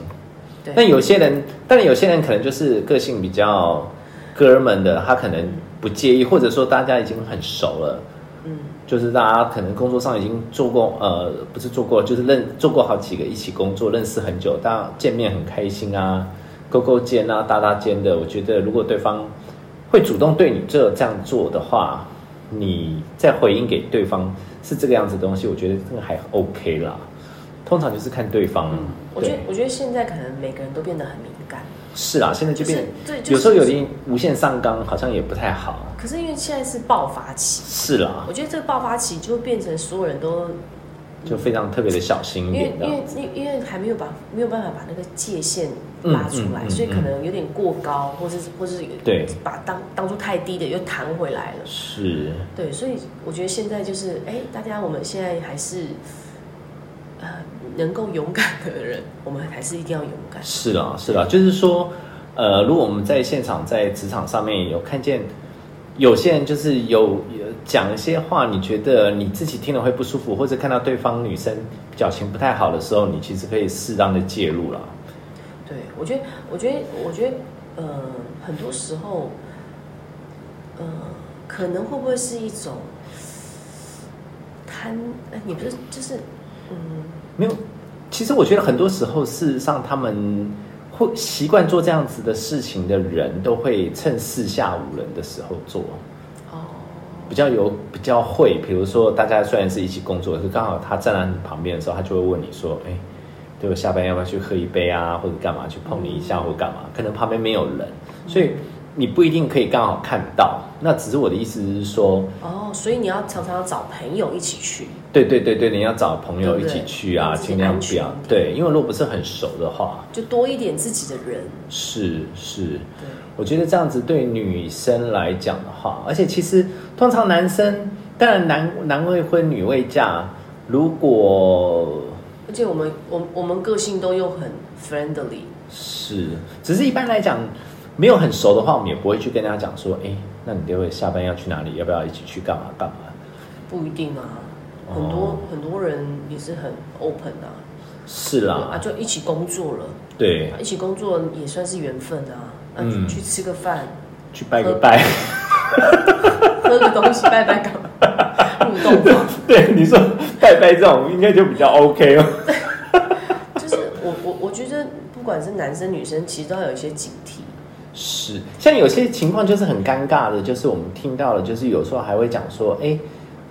Speaker 1: 那
Speaker 2: 对，
Speaker 1: 有些人，但有些人可能就是个性比较哥们的，他可能不介意，或者说大家已经很熟了，
Speaker 2: 嗯，
Speaker 1: 就是大家可能工作上已经做过，呃，不是做过，就是认做过好几个一起工作，认识很久，大家见面很开心啊，勾勾肩啊，搭搭肩的。我觉得如果对方会主动对你这这样做的话，你再回应给对方是这个样子的东西，我觉得这个还 OK 啦。通常就是看对方，
Speaker 2: 嗯我觉
Speaker 1: 对
Speaker 2: 得，我觉得现在可能每个人都变得很敏感，
Speaker 1: 是啦，现在就
Speaker 2: 就是
Speaker 1: 变，
Speaker 2: 对就是
Speaker 1: 有时候有点无限上纲，好像也不太好。
Speaker 2: 可是因为现在是爆发期，
Speaker 1: 是啦
Speaker 2: 我，觉得这个爆发期就会变成所有人都，
Speaker 1: 就非常特别的小心一
Speaker 2: 因为
Speaker 1: 点
Speaker 2: 因为
Speaker 1: 的。
Speaker 2: 因为因为还没有把没有办法把那个界限拉出来，
Speaker 1: 嗯嗯嗯
Speaker 2: 所以可能有点过高，或是或是有
Speaker 1: 对
Speaker 2: 把当当初太低的又弹回来了。
Speaker 1: 是，
Speaker 2: 对，所以我觉得现在就是，哎，大家我们现在还是，呃，能够勇敢的人，我们还是一定要勇敢。
Speaker 1: 是啦，是啦，就是说，呃，如果我们在现场在职场上面有看见有些人就是有有讲一些话，你觉得你自己听了会不舒服，或者看到对方女生表情不太好的时候，你其实可以适当的介入啦。
Speaker 2: 对，我觉得，我觉得，我觉得，呃，很多时候，呃，可能会不会是一种贪？哎，你不是就是，嗯，
Speaker 1: 没有，其实我觉得很多时候，事实上他们会习惯做这样子的事情的人，都会趁四下无人的时候做。
Speaker 2: 哦，
Speaker 1: 比较有比较会，比如说大家虽然是一起工作，可是刚好他站在你旁边的时候，他就会问你说：“哎、对我下班要不要去喝一杯啊，或者干嘛去碰你一下或干嘛？”
Speaker 2: 嗯
Speaker 1: 可能旁边没有人，所以你不一定可以刚好看到。那只是我的意思是说，
Speaker 2: 哦，所以你要常常要找朋友一起去，
Speaker 1: 对对对对，你要找朋友
Speaker 2: 对
Speaker 1: 一
Speaker 2: 不对
Speaker 1: 起去啊，
Speaker 2: 自己
Speaker 1: 尽量
Speaker 2: 安
Speaker 1: 不
Speaker 2: 全
Speaker 1: 要
Speaker 2: 一点
Speaker 1: 对，因为如果不是很熟的话，
Speaker 2: 就多一点自己的人。
Speaker 1: 是是。
Speaker 2: 对，
Speaker 1: 我觉得这样子对女生来讲的话，而且其实通常男生，当然男男未婚女未嫁，如果
Speaker 2: 而且我们，我们我们个性都又很 friendly，
Speaker 1: 是，只是一般来讲没有很熟的话，我们也不会去跟大家讲说，哎、那你待会下班要去哪里？要不要一起去干嘛干嘛？
Speaker 2: 不一定啊。很多、
Speaker 1: 哦
Speaker 2: 很多人也是很 open 啊，
Speaker 1: 是
Speaker 2: 啊，
Speaker 1: 啦，
Speaker 2: 就一起工作了。
Speaker 1: 对，
Speaker 2: 一起工作也算是缘分啊，啊
Speaker 1: 嗯
Speaker 2: 去吃个饭，
Speaker 1: 去拜个拜。 *laughs*
Speaker 2: 喝个东西，拜拜干嘛？互动嘛，
Speaker 1: 对，你说拜拜这种应该就比较 OK 哦。
Speaker 2: 就是我我我觉得不管是男生女生，其实都要有一些警惕。
Speaker 1: 是，像有些情况就是很尴尬的，就是我们听到了，就是有时候还会讲说，哎、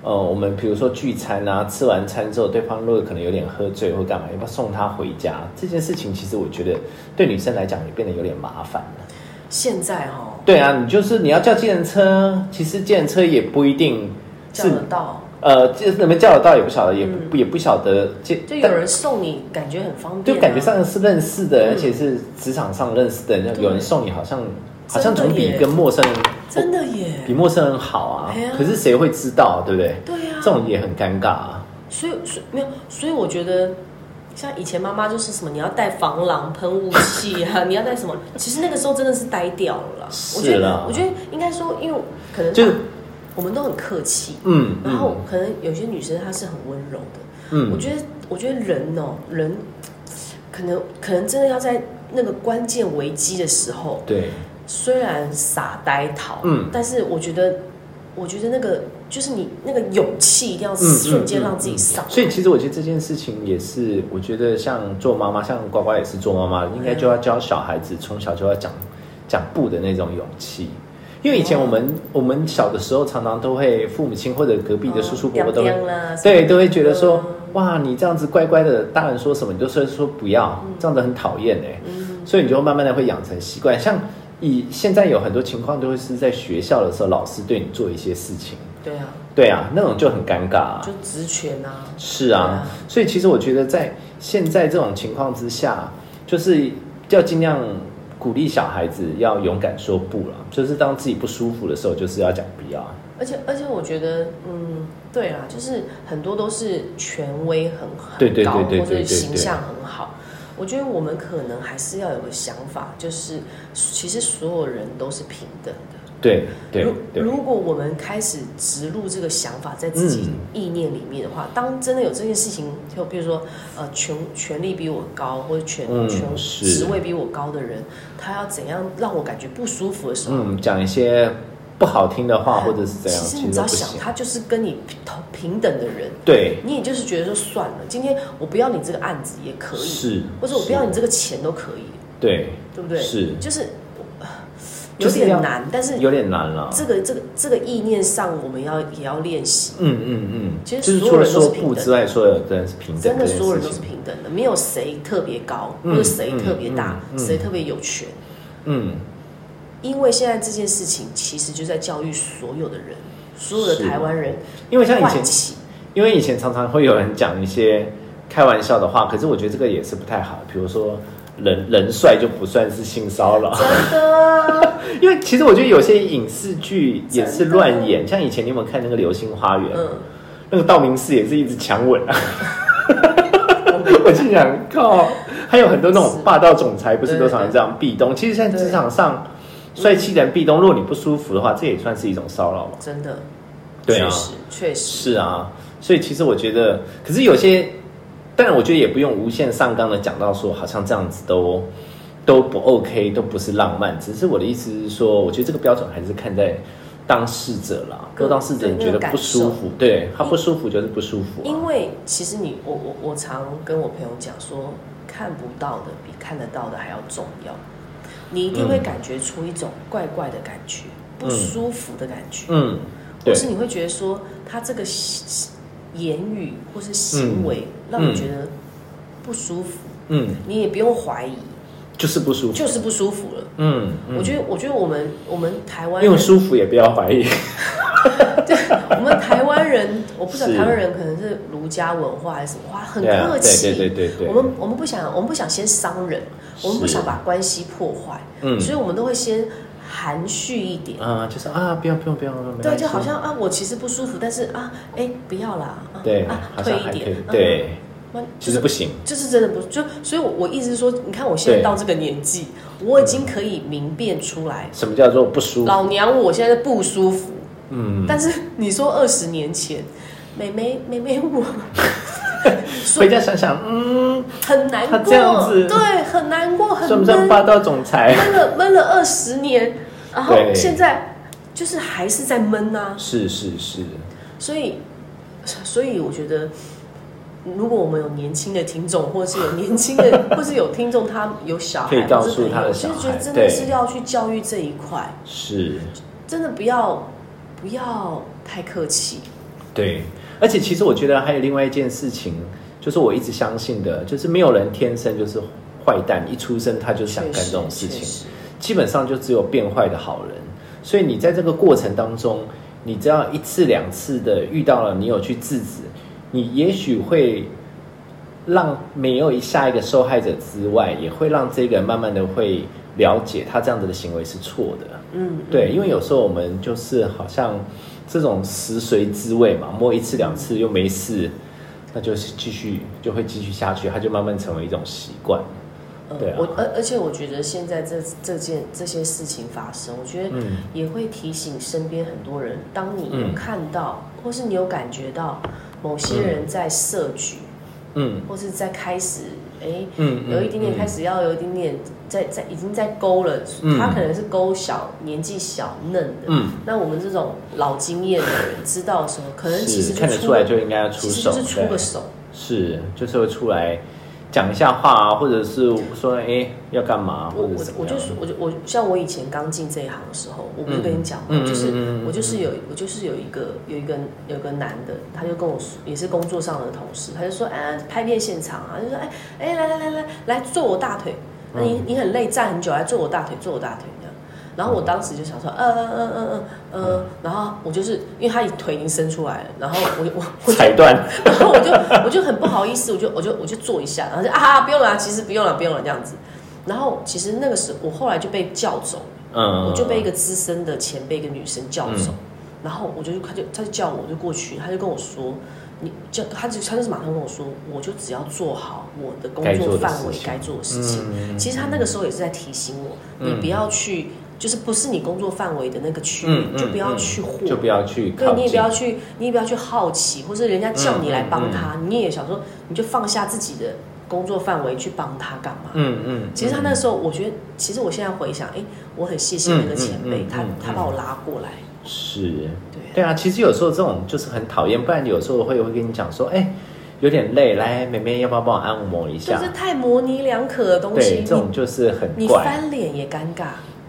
Speaker 1: 呃，我们比如说聚餐啊，吃完餐之后，对方如果可能有点喝醉或干嘛，要不要送他回家？这件事情其实我觉得对女生来讲也变得有点麻烦了。
Speaker 2: 现在哈、
Speaker 1: 对啊，你就是你要叫计程车，其实计程车也不一定
Speaker 2: 叫
Speaker 1: 是
Speaker 2: 得到，
Speaker 1: 呃，这能不能叫得到也不晓得，也不、也不晓得这
Speaker 2: 就有人送你，感觉很方便、
Speaker 1: 就
Speaker 2: 啊，
Speaker 1: 感觉上是认识的，
Speaker 2: 嗯
Speaker 1: 而且是职场上认识的人，
Speaker 2: 对
Speaker 1: 有人送你好像好像
Speaker 2: 真的
Speaker 1: 总比
Speaker 2: 耶
Speaker 1: 跟陌生人
Speaker 2: 真的耶，
Speaker 1: 比陌生人好啊
Speaker 2: 哎呀。
Speaker 1: 可是谁会知道，对不对？
Speaker 2: 对呀、
Speaker 1: 这
Speaker 2: 啊，
Speaker 1: 种也很尴尬啊。
Speaker 2: 所以所以没有，所以我觉得。像以前妈妈就是什么，你要带防狼喷雾器啊，你要带什么？其实那个时候真的是呆掉了啦。我觉
Speaker 1: 是
Speaker 2: 得
Speaker 1: 啦，
Speaker 2: 我觉得应该说，因为可能
Speaker 1: 就是
Speaker 2: 我们都很客气，
Speaker 1: 嗯
Speaker 2: 然后
Speaker 1: 嗯
Speaker 2: 可能有些女生她是很温柔的，我
Speaker 1: 嗯，
Speaker 2: 觉得，我觉得人哦，人可能可能真的要在那个关键危机的时候，
Speaker 1: 对，
Speaker 2: 虽然傻呆逃，
Speaker 1: 嗯
Speaker 2: 但是我觉得，我觉得那个就是你那个勇气一定要
Speaker 1: 嗯嗯
Speaker 2: 瞬间
Speaker 1: 嗯
Speaker 2: 让自己上来，
Speaker 1: 所以其实我觉得这件事情也是，我觉得像做妈妈，像呱呱也是做妈妈，应该就要教小孩子从小就要讲讲不的那种勇气。因为以前我们、
Speaker 2: 哦
Speaker 1: 我们小的时候，常常都会父母亲或者隔壁的叔叔伯伯都会、
Speaker 2: 嗯啦
Speaker 1: 对，都会觉得说
Speaker 2: 嗯，
Speaker 1: 哇，你这样子乖乖的，大人说什么你就说说不要，这样子很讨厌哎。
Speaker 2: 嗯
Speaker 1: 所以你就慢慢的会养成习惯。像以现在有很多情况都会是在学校的时候，老师对你做一些事情，
Speaker 2: 对啊，
Speaker 1: 对啊，那种就很尴尬、啊
Speaker 2: 就。职权啊，
Speaker 1: 是啊，所以其实我觉得在现在这种情况之下，就是要尽量鼓励小孩子要勇敢说不了，就是当自己不舒服的时候，就是要讲不要。
Speaker 2: 而且而且我觉得，嗯，对啦，就是很多都是权威很很
Speaker 1: 对对对
Speaker 2: 高，
Speaker 1: 对对
Speaker 2: 或者
Speaker 1: 对
Speaker 2: 形
Speaker 1: 对
Speaker 2: 象很好。我觉得我们可能还是要有个想法，就是其实所有人都是平等的。
Speaker 1: 对对
Speaker 2: 如
Speaker 1: 对，
Speaker 2: 如果我们开始植入这个想法在自己意念里面的话，当真的有这件事情，就比如说呃权权力比我高或者权、
Speaker 1: 嗯
Speaker 2: 权
Speaker 1: 是
Speaker 2: 职位比我高的人，他要怎样让我感觉不舒服的时候，
Speaker 1: 嗯，讲一些不好听的话，或者是怎样，
Speaker 2: 哎
Speaker 1: 其
Speaker 2: 其实
Speaker 1: 实
Speaker 2: 你
Speaker 1: 都
Speaker 2: 只要
Speaker 1: 不
Speaker 2: 想，
Speaker 1: 行。
Speaker 2: 他就是跟你同平等的人，
Speaker 1: 对，
Speaker 2: 你也就是觉得说算了，今天我不要你这个案子也可以，
Speaker 1: 是，
Speaker 2: 或者我不要
Speaker 1: 是
Speaker 2: 你这个钱都可以，
Speaker 1: 对，
Speaker 2: 对不对？
Speaker 1: 是
Speaker 2: 就是 *sighs* 呃
Speaker 1: 就
Speaker 2: 有
Speaker 1: 是这
Speaker 2: 点
Speaker 1: 样
Speaker 2: 难，但是
Speaker 1: 有点难了。
Speaker 2: 这个这个这个意念上，我们要也要练习。
Speaker 1: 嗯嗯嗯，
Speaker 2: 其实
Speaker 1: 就是
Speaker 2: 所
Speaker 1: 除
Speaker 2: 有
Speaker 1: 了
Speaker 2: 人都
Speaker 1: 说
Speaker 2: 是平等
Speaker 1: 不之外，所有的人是平等这
Speaker 2: 真的，
Speaker 1: 件
Speaker 2: 所有
Speaker 1: 事
Speaker 2: 人都是
Speaker 1: 情。
Speaker 2: 平等的，没有谁特别高，
Speaker 1: 嗯
Speaker 2: 或者谁特别大
Speaker 1: 嗯，嗯嗯
Speaker 2: 谁特别有权。
Speaker 1: 嗯，
Speaker 2: 因为现在这件事情，其实就在教育所有的人，所有的
Speaker 1: 是
Speaker 2: 台湾人
Speaker 1: 因为像以前
Speaker 2: 唤，起
Speaker 1: 因为以前常常会有人讲一些开玩笑的话，可是我觉得这个也是不太好。比如说人人帅就不算是性骚
Speaker 2: *laughs*
Speaker 1: 扰，
Speaker 2: 真的，
Speaker 1: *laughs* 因为其实我觉得有些影视剧也是
Speaker 2: 真的
Speaker 1: 乱演，像以前你有没有看那个《流星花园》？
Speaker 2: 嗯，
Speaker 1: 那个道明寺也是一直强吻啊。 *laughs* 我竟然靠，还有很多那种
Speaker 2: 是
Speaker 1: 霸道总裁，不是都常常这样壁咚？其实现在职场上，帅气人壁咚，如果你不舒服的话，这也算是一种骚扰嘛？
Speaker 2: 真的，
Speaker 1: 对啊
Speaker 2: 确实确
Speaker 1: 是
Speaker 2: 实，
Speaker 1: 啊，所以其实我觉得，可是有些，但我觉得也不用无限上纲的讲到说，好像这样子都都不 OK，都不是浪漫。只是我的意思是说，我觉得这个标准还是看在当事者啦。
Speaker 2: 个
Speaker 1: 若当事者你觉得
Speaker 2: 对那个
Speaker 1: 不
Speaker 2: 感受
Speaker 1: 舒服，对他不舒服就是不舒服、啊。
Speaker 2: 因为其实你我我我常跟我朋友讲说，看不到的比看得到的还要重要，你一定会
Speaker 1: 嗯
Speaker 2: 感觉出一种怪怪的感觉，不
Speaker 1: 嗯
Speaker 2: 舒服的感觉，
Speaker 1: 嗯，对
Speaker 2: 或是你会觉得说他这个行言语或是行为、让
Speaker 1: 嗯
Speaker 2: 你觉得不舒服，
Speaker 1: 嗯，
Speaker 2: 你也不用怀疑，
Speaker 1: 就是不舒服。
Speaker 2: 就是不舒服了。
Speaker 1: 嗯，
Speaker 2: 我觉得，我觉得我们我们台湾人
Speaker 1: 用舒服也不要怀疑。
Speaker 2: 我们台
Speaker 1: *laughs*
Speaker 2: 湾人，我不知道
Speaker 1: 是
Speaker 2: 台湾人可能是儒家文化还是什么，哇，很
Speaker 1: 对啊
Speaker 2: 客气。
Speaker 1: 对对对对对
Speaker 2: 我们我们不想，我们不想先伤人，我们不
Speaker 1: 是
Speaker 2: 想把关系破坏，
Speaker 1: 嗯
Speaker 2: 所以我们都会先含蓄一点。
Speaker 1: 啊，就是啊，不要不用不用，没关系
Speaker 2: 对，就好像啊，我其实不舒服，但是啊，哎，不要啦，啊
Speaker 1: 对，
Speaker 2: 啊，
Speaker 1: 好
Speaker 2: 退
Speaker 1: 像
Speaker 2: 一
Speaker 1: 还可
Speaker 2: 点
Speaker 1: 以，，
Speaker 2: 啊，
Speaker 1: 对，
Speaker 2: 那
Speaker 1: 其
Speaker 2: 就
Speaker 1: 实
Speaker 2: 是
Speaker 1: 不行。
Speaker 2: 就是真的不就，所以我，我意思是说，你看我现在
Speaker 1: 对嗯
Speaker 2: 到这个年纪，我已经可以明辨出来，
Speaker 1: 什么叫做不舒服？
Speaker 2: 老娘我现在不舒服，
Speaker 1: 嗯，
Speaker 2: 但是你说二十年前，妹妹妹妹
Speaker 1: *laughs*
Speaker 2: 我说
Speaker 1: 回家想想，嗯，
Speaker 2: 很难
Speaker 1: 她
Speaker 2: 过，
Speaker 1: 这样子
Speaker 2: 对，很难过，很
Speaker 1: 算不
Speaker 2: 闷，
Speaker 1: 算霸道总裁？
Speaker 2: 闷了闷了二十年，然后
Speaker 1: 对
Speaker 2: 现在就是还是在闷呐、
Speaker 1: 是是是，
Speaker 2: 所以所以我觉得。如果我们有年轻的听众，或是有年轻
Speaker 1: *laughs*
Speaker 2: 的，或是有听众他有小孩，
Speaker 1: 可以告诉
Speaker 2: 或是朋友
Speaker 1: 他的
Speaker 2: 我其
Speaker 1: 小
Speaker 2: 实
Speaker 1: 孩
Speaker 2: 觉得真
Speaker 1: 对
Speaker 2: 的是要去教育这一块，
Speaker 1: 是，
Speaker 2: 真的不要不要太客气。
Speaker 1: 对。而且其实我觉得还有另外一件事情，就是我一直相信的，就是没有人天生就是坏蛋，一出生他就想
Speaker 2: 确
Speaker 1: 干
Speaker 2: 实，
Speaker 1: 这种事情
Speaker 2: 确。实
Speaker 1: 基本上就只有变坏的好人。所以你在这个过程当中，你只要一次两次的遇到了，你有去制止，你也许会让没有下一个受害者之外，也会让这个人慢慢的会了解他这样子的行为是错的。
Speaker 2: 嗯，
Speaker 1: 对，因为有时候我们就是好像这种食髓知味嘛，摸一次两次又没事，那就是继续就会继续下去，它就慢慢成为一种习惯。
Speaker 2: 呃
Speaker 1: 对啊
Speaker 2: 我而而且我觉得现在这这件这些事情发生，我觉得
Speaker 1: 嗯
Speaker 2: 也会提醒身边很多人，当你
Speaker 1: 嗯
Speaker 2: 有看到、或是你有感觉到某些人在设局，
Speaker 1: 嗯
Speaker 2: 或是在开始哎。
Speaker 1: 嗯，嗯
Speaker 2: 有一点点开。始要有一点点在在已经在勾了，
Speaker 1: 嗯
Speaker 2: 他可能是勾小年纪小嫩的，
Speaker 1: 嗯
Speaker 2: 那我们这种老经验的人知道的时候，可能
Speaker 1: 是
Speaker 2: 其实就
Speaker 1: 看得
Speaker 2: 出
Speaker 1: 出来
Speaker 2: 个
Speaker 1: 就应该要出
Speaker 2: 其实
Speaker 1: 手，
Speaker 2: 就是出
Speaker 1: 对
Speaker 2: 个手，
Speaker 1: 是就是会出来讲一下话啊，或者是说哎、要干嘛，
Speaker 2: 我
Speaker 1: 或者
Speaker 2: 我
Speaker 1: 怎么
Speaker 2: 我
Speaker 1: 样
Speaker 2: 就。说，我就我像我以前刚进这一行的时候，我不是跟你讲吗？
Speaker 1: 嗯嗯
Speaker 2: 就是
Speaker 1: 嗯嗯嗯
Speaker 2: 我就是有我就是有一个有一个有一个男的，他就跟我说，也是工作上的同事，他就说，哎，拍片现场啊，就说，哎哎，来来来来来坐我大腿，
Speaker 1: 嗯
Speaker 2: 那你你很累，站很久，来坐我大腿，坐我大腿这样。然后我当时就想说，呃呃呃呃呃
Speaker 1: 嗯
Speaker 2: 呃，然后我就是因为他腿已经伸出来了，然后我我
Speaker 1: *laughs*
Speaker 2: 我就
Speaker 1: 踩断，
Speaker 2: 然后我就我就很不好意思，我就我就我就坐一下，然后就啊不用了，其实不用了，不用了这样子。然后其实那个时候我后来就被叫走，
Speaker 1: 嗯，
Speaker 2: 我就被一个资深的前辈一个女生叫走，然后我就他就他就叫我，我就过去，他就跟我说。你叫他就他就是马上跟我说，我就只要做好我的工
Speaker 1: 该做
Speaker 2: 作
Speaker 1: 的
Speaker 2: 范
Speaker 1: 事
Speaker 2: 围
Speaker 1: 情
Speaker 2: 该做的事情。
Speaker 1: 嗯
Speaker 2: 其实他那个时候也是在提醒我，
Speaker 1: 嗯
Speaker 2: 你不要去，就是不是你工作范围的那个区域，
Speaker 1: 嗯嗯
Speaker 2: 就不要去混，
Speaker 1: 就不要去靠近，
Speaker 2: 对，你也不要
Speaker 1: 嗯
Speaker 2: 去，你也不要去好奇，或是人家叫你来帮他，你也想说，你就放下自己的工作范围去帮他干嘛？
Speaker 1: 嗯嗯，
Speaker 2: 其实他那时候，我觉得，其实我现在回想，哎，我很谢谢那个前辈，
Speaker 1: 嗯嗯嗯
Speaker 2: 他
Speaker 1: 嗯
Speaker 2: 他
Speaker 1: 嗯
Speaker 2: 把我拉过来，
Speaker 1: 是，
Speaker 2: 对，
Speaker 1: 对啊，其实有时候这种就是很讨厌，不然有时候会会跟你讲说，哎、有点累，来，妹妹要不要帮我按摩一
Speaker 2: 就
Speaker 1: 下
Speaker 2: 是？太模棱两可的东
Speaker 1: 啊对，
Speaker 2: 西
Speaker 1: 这，种就是
Speaker 2: 你
Speaker 1: 很
Speaker 2: 你
Speaker 1: 怪。
Speaker 2: 翻脸也尴尬，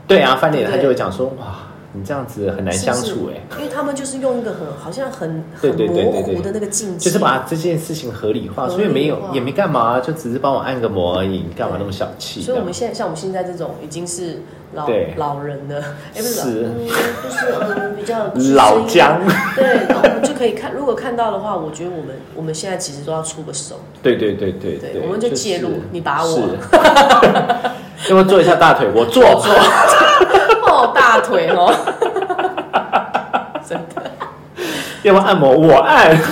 Speaker 1: 对啊，翻脸
Speaker 2: 对
Speaker 1: 他就会讲说，哇，你这样子很难相
Speaker 2: 是
Speaker 1: 处
Speaker 2: 不
Speaker 1: 哎、
Speaker 2: 是因为他们就是用一个很好像很
Speaker 1: 对
Speaker 2: 很
Speaker 1: 对对
Speaker 2: 模
Speaker 1: 对对
Speaker 2: 糊的那个境界，
Speaker 1: 就是把这件事情合理化，
Speaker 2: 合理化
Speaker 1: 所以没有也没干嘛，啊就只是帮我按个摩而已，你干嘛
Speaker 2: 对
Speaker 1: 那么小气？
Speaker 2: 所以我们现在像我们现在这种已经是老
Speaker 1: 对
Speaker 2: 老人的，哎，不是老，
Speaker 1: 是
Speaker 2: 嗯，就是嗯比较
Speaker 1: 这样老姜，
Speaker 2: 对，那我们就可以看，如果看到的话，我觉得我们我们现在其实都要出个手，
Speaker 1: *laughs* 对对对对
Speaker 2: 对我们就介入
Speaker 1: 是
Speaker 2: 你把我
Speaker 1: 是 *laughs* 要不要做一下大腿？我做做。
Speaker 2: *laughs* 抱大腿哦，真的，
Speaker 1: 要不要按摩？我按。 *laughs*
Speaker 2: 对，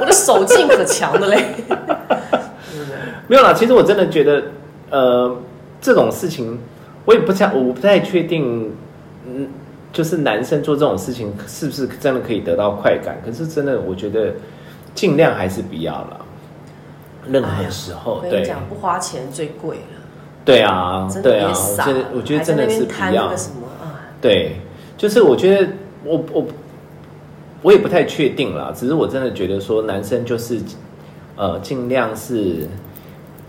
Speaker 2: 我的手劲可强的嘞，
Speaker 1: 没有啦，其实我真的觉得，呃，这种事情我也不想，我不太确定，嗯，就是男生做这种事情是不是真的可以得到快感？可是真的，我觉得尽量还是不要了。任
Speaker 2: 哎
Speaker 1: 何
Speaker 2: 呀
Speaker 1: 时
Speaker 2: 我
Speaker 1: 候，
Speaker 2: 跟你
Speaker 1: 哦对
Speaker 2: 讲，不花钱最贵了，
Speaker 1: 对啊
Speaker 2: 真，的
Speaker 1: 对啊，
Speaker 2: 别
Speaker 1: 我
Speaker 2: 傻
Speaker 1: 真的
Speaker 2: 了，
Speaker 1: 我觉得
Speaker 2: 还在
Speaker 1: 真
Speaker 2: 那
Speaker 1: 的
Speaker 2: 边
Speaker 1: 是
Speaker 2: 贪
Speaker 1: 不
Speaker 2: 那
Speaker 1: 要
Speaker 2: 个。什么啊，
Speaker 1: 对，就是我觉得我我我也不太确定啦，只是我真的觉得说男生就是呃尽量是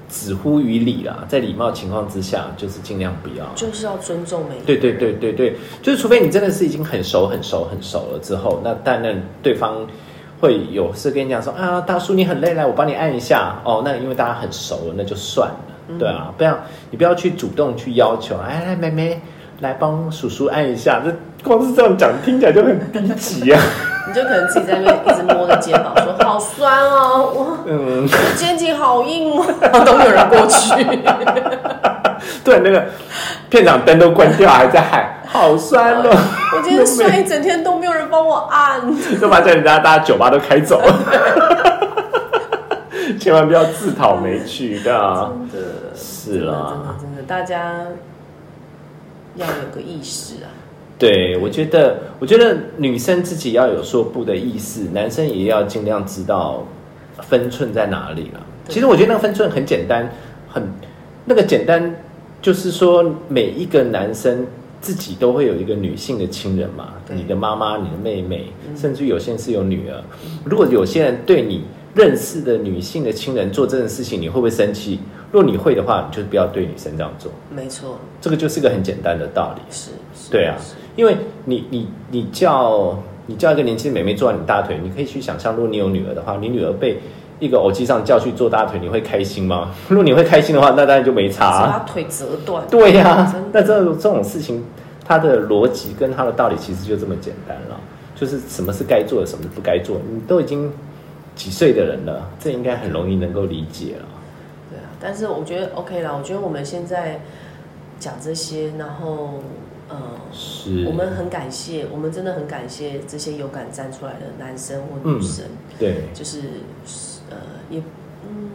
Speaker 1: 止乎于礼啦，在礼貌情况之下就是尽量不要。
Speaker 2: 就是要尊重每一个
Speaker 1: 对对对对对，就是除非你真的是已经很熟很熟很熟了之后，那但那对方会有事跟你讲说啊，大叔你很累，来我帮你按一下哦。那因为大家很熟了，那就算了，对啊，不要你不要去主动去要求，哎来妹妹来帮叔叔按一下，这光是这样讲听起来就很低级啊。
Speaker 2: 你就可能自己在那边一直摸着肩膀说好酸哦，我
Speaker 1: 嗯，
Speaker 2: 我的肩颈好硬
Speaker 1: *laughs*
Speaker 2: 哦，都没有人过去，
Speaker 1: 对，那个片场灯都关掉，还在喊好酸哦，
Speaker 2: 我今天摔一整天都没有人帮我按，
Speaker 1: 都把叫人家大家酒吧都开走了。 *laughs* 千万不要自讨没趣，对啊。
Speaker 2: 真的
Speaker 1: 是啦，
Speaker 2: 真的真的真的，大家要有个意识啊，
Speaker 1: 对我觉得，我觉得女生自己要有说不的意识，男生也要尽量知道分寸在哪里了。
Speaker 2: 对
Speaker 1: 其实我觉得那个分寸很简单，很那个简单，就是说每一个男生自己都会有一个女性的亲人嘛，
Speaker 2: 对嗯
Speaker 1: 你的妈妈、你的妹妹，甚至有些人是有女儿。如果有些人对你认识的女性的亲人做这种事情，你会不会生气？若你会的话，你就不要对女生这样做。
Speaker 2: 没错，
Speaker 1: 这个就是一个很简单的道理。
Speaker 2: 是，是
Speaker 1: 对啊
Speaker 2: 是，
Speaker 1: 因为你你你叫你叫一个年轻的妹妹坐在你大腿，你可以去想象，如果你有女儿的话，你女儿被一个偶机上叫去做大腿，你会开心吗？ *laughs* 如果你会开心的话，那当然就没差、
Speaker 2: 只要把
Speaker 1: 啊。
Speaker 2: 腿折断，
Speaker 1: 对呀、
Speaker 2: 真的
Speaker 1: 那这种这种事情，它的逻辑跟它的道理其实就这么简单了，就是什么是该做的，什么是不该做的。你都已经几岁的人了，这应该很容易能够理解了。
Speaker 2: 对啊，但是我觉得 OK 啦，我觉得我们现在讲这些，然后呃。
Speaker 1: 是，
Speaker 2: 我们很感谢，我们真的很感谢这些勇敢站出来的男生或女
Speaker 1: 嗯
Speaker 2: 生，
Speaker 1: 对
Speaker 2: 就是呃，也嗯，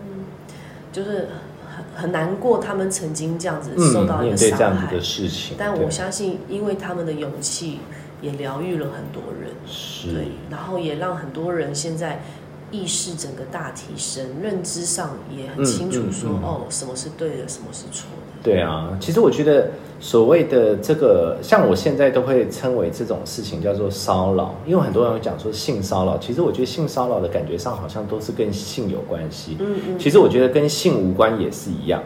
Speaker 2: 就是很很难过，他们曾经这样子受到
Speaker 1: 嗯
Speaker 2: 一
Speaker 1: 面
Speaker 2: 个
Speaker 1: 对这
Speaker 2: 伤
Speaker 1: 样子
Speaker 2: 害
Speaker 1: 的，事情，
Speaker 2: 但
Speaker 1: 对
Speaker 2: 我相信，因为他们的勇气，也疗愈了很多人，
Speaker 1: 是
Speaker 2: 对，然后也让很多人现在意识整个大提升，认知上也很
Speaker 1: 嗯
Speaker 2: 清楚
Speaker 1: 嗯
Speaker 2: 说，
Speaker 1: 嗯
Speaker 2: 哦，什么是对的，什么是错的，
Speaker 1: 对啊，其实我觉得所谓的这个，像我现在都会称为这种事情叫做骚扰，因为很多人会讲说性骚扰，其实我觉得性骚扰的感觉上好像都是跟性有关系，
Speaker 2: 嗯嗯，
Speaker 1: 其实我觉得跟性无关也是一样。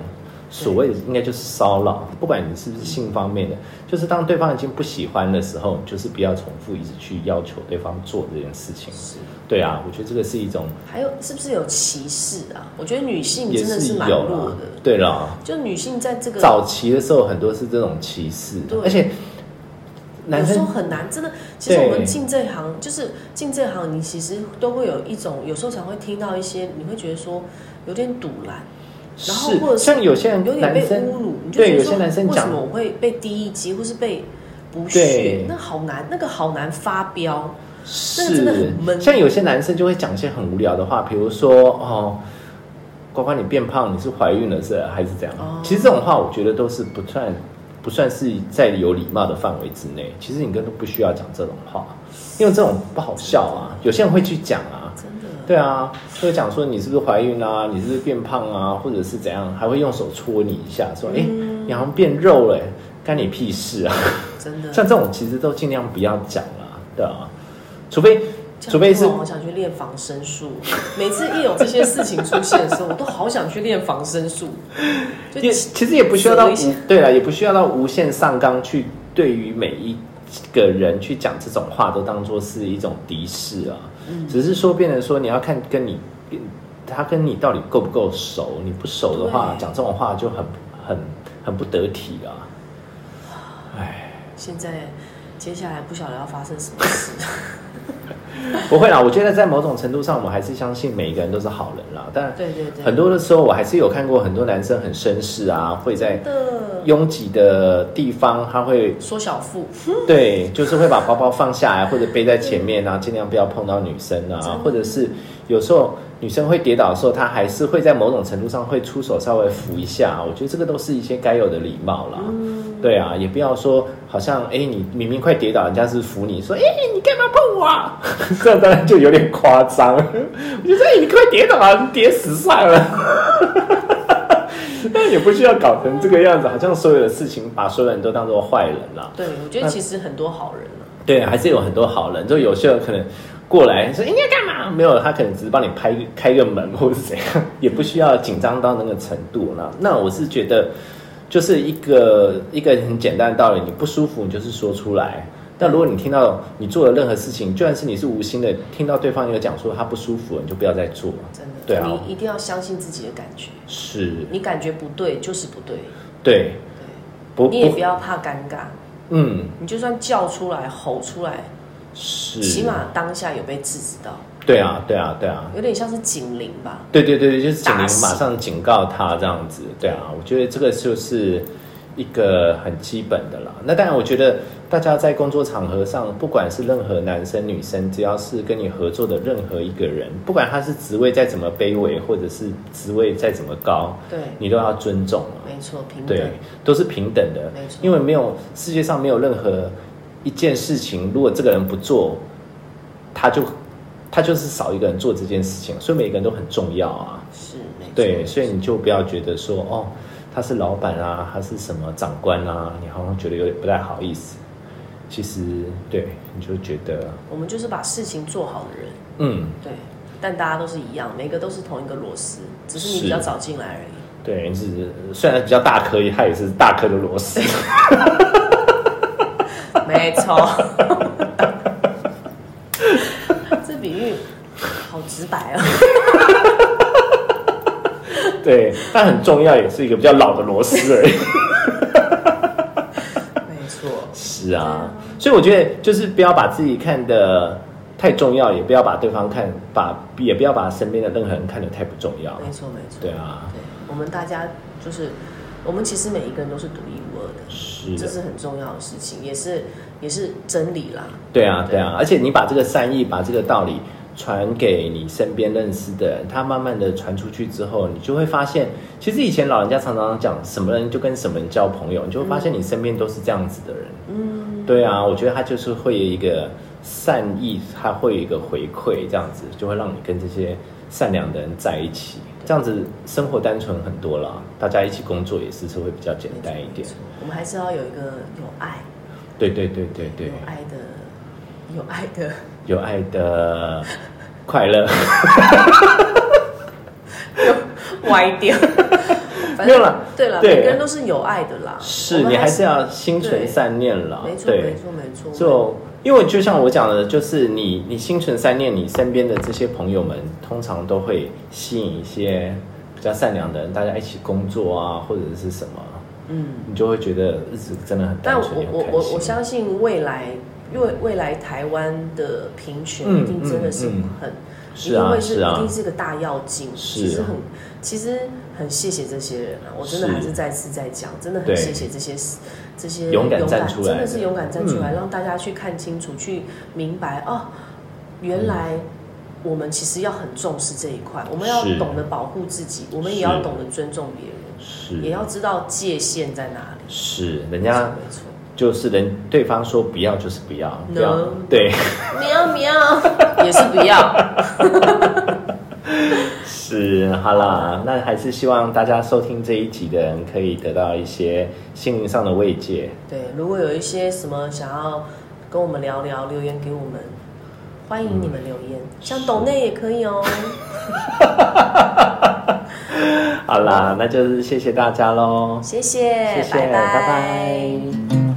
Speaker 1: 所谓的应该就是骚扰，不管你是不是性方面的，就是当对方已经不喜欢的时候，你就是不要重复一直去要求对方做这件事情。
Speaker 2: 是。
Speaker 1: 对啊，我觉得这个是一种
Speaker 2: 还有是不是有歧视啊？我觉得女性
Speaker 1: 也
Speaker 2: 真的
Speaker 1: 是
Speaker 2: 蛮
Speaker 1: 有
Speaker 2: 弱
Speaker 1: 啦
Speaker 2: 的，，
Speaker 1: 对啦，
Speaker 2: 就女性在这个
Speaker 1: 早期的时候很多是这种歧视
Speaker 2: 对，
Speaker 1: 而且
Speaker 2: 有
Speaker 1: 男
Speaker 2: 时候
Speaker 1: 生
Speaker 2: 很难，真的。其实我们
Speaker 1: 对
Speaker 2: 进这行，就是进这行，你其实都会有一种，有时候才会听到一些，你会觉得说有点堵拦，然后
Speaker 1: 是
Speaker 2: 或者是
Speaker 1: 像有些人
Speaker 2: 有点
Speaker 1: 男
Speaker 2: 被侮
Speaker 1: 生
Speaker 2: 辱，你就
Speaker 1: 对
Speaker 2: 觉得
Speaker 1: 有
Speaker 2: 说
Speaker 1: 些男生
Speaker 2: 为什
Speaker 1: 讲
Speaker 2: 么我会被低一级，或是被不
Speaker 1: 对
Speaker 2: 屑，那好难，那个好难发飙。
Speaker 1: 是
Speaker 2: 真的很闷
Speaker 1: 像有些男生就会讲一些很无聊的话，比如说哦，呱呱你变胖，你是怀孕了是还是怎样？
Speaker 2: 哦
Speaker 1: 其实这种话我觉得都是不算不算是在有礼貌的范围之内，其实你根本不需要讲这种话，因为这种不好笑啊，有些人会去讲啊。
Speaker 2: 真的，
Speaker 1: 对啊，就会讲说你是不是怀孕啊，你是不是变胖啊，或者是怎样，还会用手戳你一下，说哎、你好像变肉了、哎干你屁事啊！
Speaker 2: 真的。
Speaker 1: 像这种其实都尽量不要讲啦，对啊，除非除非是
Speaker 2: 我好想去练防身术。每次一有这些事情出现的时候，我都好想去练防身术。就
Speaker 1: 也其实也不需要到
Speaker 2: 折一下
Speaker 1: 无对啊了，也不需要到无限上纲去对于每一个人去讲这种话，都当做是一种敌视啊。
Speaker 2: 嗯
Speaker 1: 只是说，变成说你要看跟你他跟你到底够不够熟，你不熟的话，
Speaker 2: 对
Speaker 1: 讲这种话就很很很不得体啊。哎，
Speaker 2: 现在接下来不晓得要发生什么事。 *laughs*
Speaker 1: 不会啦，我觉得在某种程度上，我们还是相信每一个人都是好人啦。但
Speaker 2: 对对对，
Speaker 1: 很多的时候，我还是有看过很多男生很绅士啊，会在
Speaker 2: 真的
Speaker 1: 拥挤的地方，他会
Speaker 2: 缩小腹，
Speaker 1: 对，就是会把包包放下来，或者背在前面啊，尽量不要碰到女生啊，或者是有时候女生会跌倒的时候，她还是会在某种程度上会出手稍微扶一下，啊我觉得这个都是一些该有的礼貌啦。对啊，也不要说好像哎、你明明快跌倒，人家是扶你说哎、你干嘛碰我、啊？ *laughs* 这当然就有点夸张。 *laughs* 我就说哎、你快跌倒啊，你跌死算了。 *laughs* 但也不需要搞成这个样子，好像所有的事情把所有人都当做坏人啦、
Speaker 2: 对我觉得其实很多好人啊。
Speaker 1: 对，还是有很多好人，就有些人可能过来说、欸、你要干嘛？没有，他可能只是帮你拍开个门或者怎样， *laughs* 也不需要紧张到那个程度啦。那我是觉得，就是一个一个很简单的道理，你不舒服你就是说出来。但如果你听到你做了任何事情，就算是你是无心的，听到对方有讲说他不舒服，你就不要再做。
Speaker 2: 真的，
Speaker 1: 对啊
Speaker 2: 你一定要相信自己的感觉，
Speaker 1: 是，
Speaker 2: 你感觉不对就是不对，
Speaker 1: 对，不
Speaker 2: 你也不
Speaker 1: 不，
Speaker 2: 要怕尴尬，
Speaker 1: 嗯，
Speaker 2: 你就算叫出来、吼出来，
Speaker 1: 是，
Speaker 2: 起码当下有被制止到，
Speaker 1: 对啊，对啊，对啊，
Speaker 2: 有点像是警铃吧。
Speaker 1: 对对对，就是警铃
Speaker 2: 打
Speaker 1: 马
Speaker 2: 死
Speaker 1: 上警告他这样子，对啊，我觉得这个就是一个很基本的啦。那当然，我觉得大家在工作场合上，不管是任何男生女生，只要是跟你合作的任何一个人，不管他是职位再怎么卑微，或者是职位再怎么高，
Speaker 2: 对，
Speaker 1: 你都要尊重啊。
Speaker 2: 没错，平等。
Speaker 1: 对，都是平等的
Speaker 2: 没错，
Speaker 1: 因为没有世界上没有任何一件事情，如果这个人不做，他就他就是少一个人做这件事情，所以每个人都很重要啊。
Speaker 2: 是没错。
Speaker 1: 对，所以你就不要觉得说哦，他是老板啊，他是什么长官啊，你好像觉得有点不太好意思。其实对，你就觉得
Speaker 2: 我们就是把事情做好的人，
Speaker 1: 嗯，
Speaker 2: 对。但大家都是一样，每个都是同一个螺丝，只是你
Speaker 1: 是
Speaker 2: 比较早进来而已。
Speaker 1: 对，是虽然比较大颗，他也是大颗的螺丝。 *laughs*
Speaker 2: 没错。 *laughs* 这比喻好直白哦。
Speaker 1: 对，但很重要，也是一个比较老的螺丝而已。
Speaker 2: 没错。
Speaker 1: 是啊，所以我觉得就是不要把自己看得太重要，也不要把对方看把，也不要把身边的任何人看得太不重要。
Speaker 2: 没错，没错。
Speaker 1: 对啊，
Speaker 2: 对，我们大家就是，我们其实每一个人都是独一无二的，
Speaker 1: 是
Speaker 2: 这是
Speaker 1: 的，
Speaker 2: 很重要的事情，也是也是真理啦。
Speaker 1: 对啊，对啊，而且你把这个善意，把这个道理传给你身边认识的人，他慢慢的传出去之后，你就会发现，其实以前老人家常常讲，什么人就跟什么人交朋友，你就会发现你身边都是这样子的人。
Speaker 2: 嗯，
Speaker 1: 对啊，我觉得他就是会有一个善意，他会有一个回馈，这样子就会让你跟这些善良的人在一起，这样子生活单纯很多啦。大家一起工作也是是会比较简单一
Speaker 2: 没
Speaker 1: 点
Speaker 2: 错。。我们还是要有一个有爱，
Speaker 1: 对对对对对
Speaker 2: 有，爱的，有爱的， *laughs*
Speaker 1: 有爱的快乐，
Speaker 2: 歪
Speaker 1: *laughs*
Speaker 2: 掉。反正
Speaker 1: 没有啦
Speaker 2: 对了，
Speaker 1: 对
Speaker 2: 每个人都是有爱的啦。我
Speaker 1: 是
Speaker 2: 们
Speaker 1: 你还是要心存善念啦。
Speaker 2: 没错，
Speaker 1: 对
Speaker 2: 没错，没错。
Speaker 1: 就因为就像我讲的，就是你你心存善念，你身边的这些朋友们通常都会吸引一些比较善良的人，大家一起工作啊，或者是什么，
Speaker 2: 嗯，
Speaker 1: 你就会觉得日子真的很
Speaker 2: 但
Speaker 1: 单
Speaker 2: 我
Speaker 1: 纯，也很
Speaker 2: 我
Speaker 1: 开
Speaker 2: 我
Speaker 1: 心
Speaker 2: 我相信未来，因为未来台湾的平权
Speaker 1: 嗯
Speaker 2: 一定真的是
Speaker 1: 嗯嗯
Speaker 2: 很一
Speaker 1: 是
Speaker 2: 定
Speaker 1: 啊
Speaker 2: 会是
Speaker 1: 是
Speaker 2: 一
Speaker 1: 啊
Speaker 2: 定，是个大要进，
Speaker 1: 是
Speaker 2: 其实很其实很谢谢这些人啊，我真的
Speaker 1: 是
Speaker 2: 还是再次再讲，真的很
Speaker 1: 对
Speaker 2: 谢谢这些这些
Speaker 1: 勇敢站出来的
Speaker 2: 真的是勇敢站出来，
Speaker 1: 嗯
Speaker 2: 让大家去看清楚，去明白哦，
Speaker 1: 嗯
Speaker 2: 原来。我们其实要很重视这一块，我们要
Speaker 1: 是
Speaker 2: 懂得保护自己，我们也
Speaker 1: 是
Speaker 2: 要懂得尊重别人，也
Speaker 1: 是啊
Speaker 2: 要知道界限在哪里。
Speaker 1: 是，人家
Speaker 2: 没错，
Speaker 1: 就是人对方说不要就是不要，
Speaker 2: No *laughs*
Speaker 1: 不要对
Speaker 2: 喵喵，也是不要。
Speaker 1: *laughs* 是，好啦，那还是希望大家收听这一集的人可以得到一些心灵上的慰藉。
Speaker 2: *laughs* 对，如果有一些什么想要跟我们聊聊，留言给我们，欢迎你们留言，像抖内也可以哦。
Speaker 1: 好啦，那就是谢谢大家喽，
Speaker 2: 谢谢，
Speaker 1: 谢谢，
Speaker 2: 拜
Speaker 1: 拜拜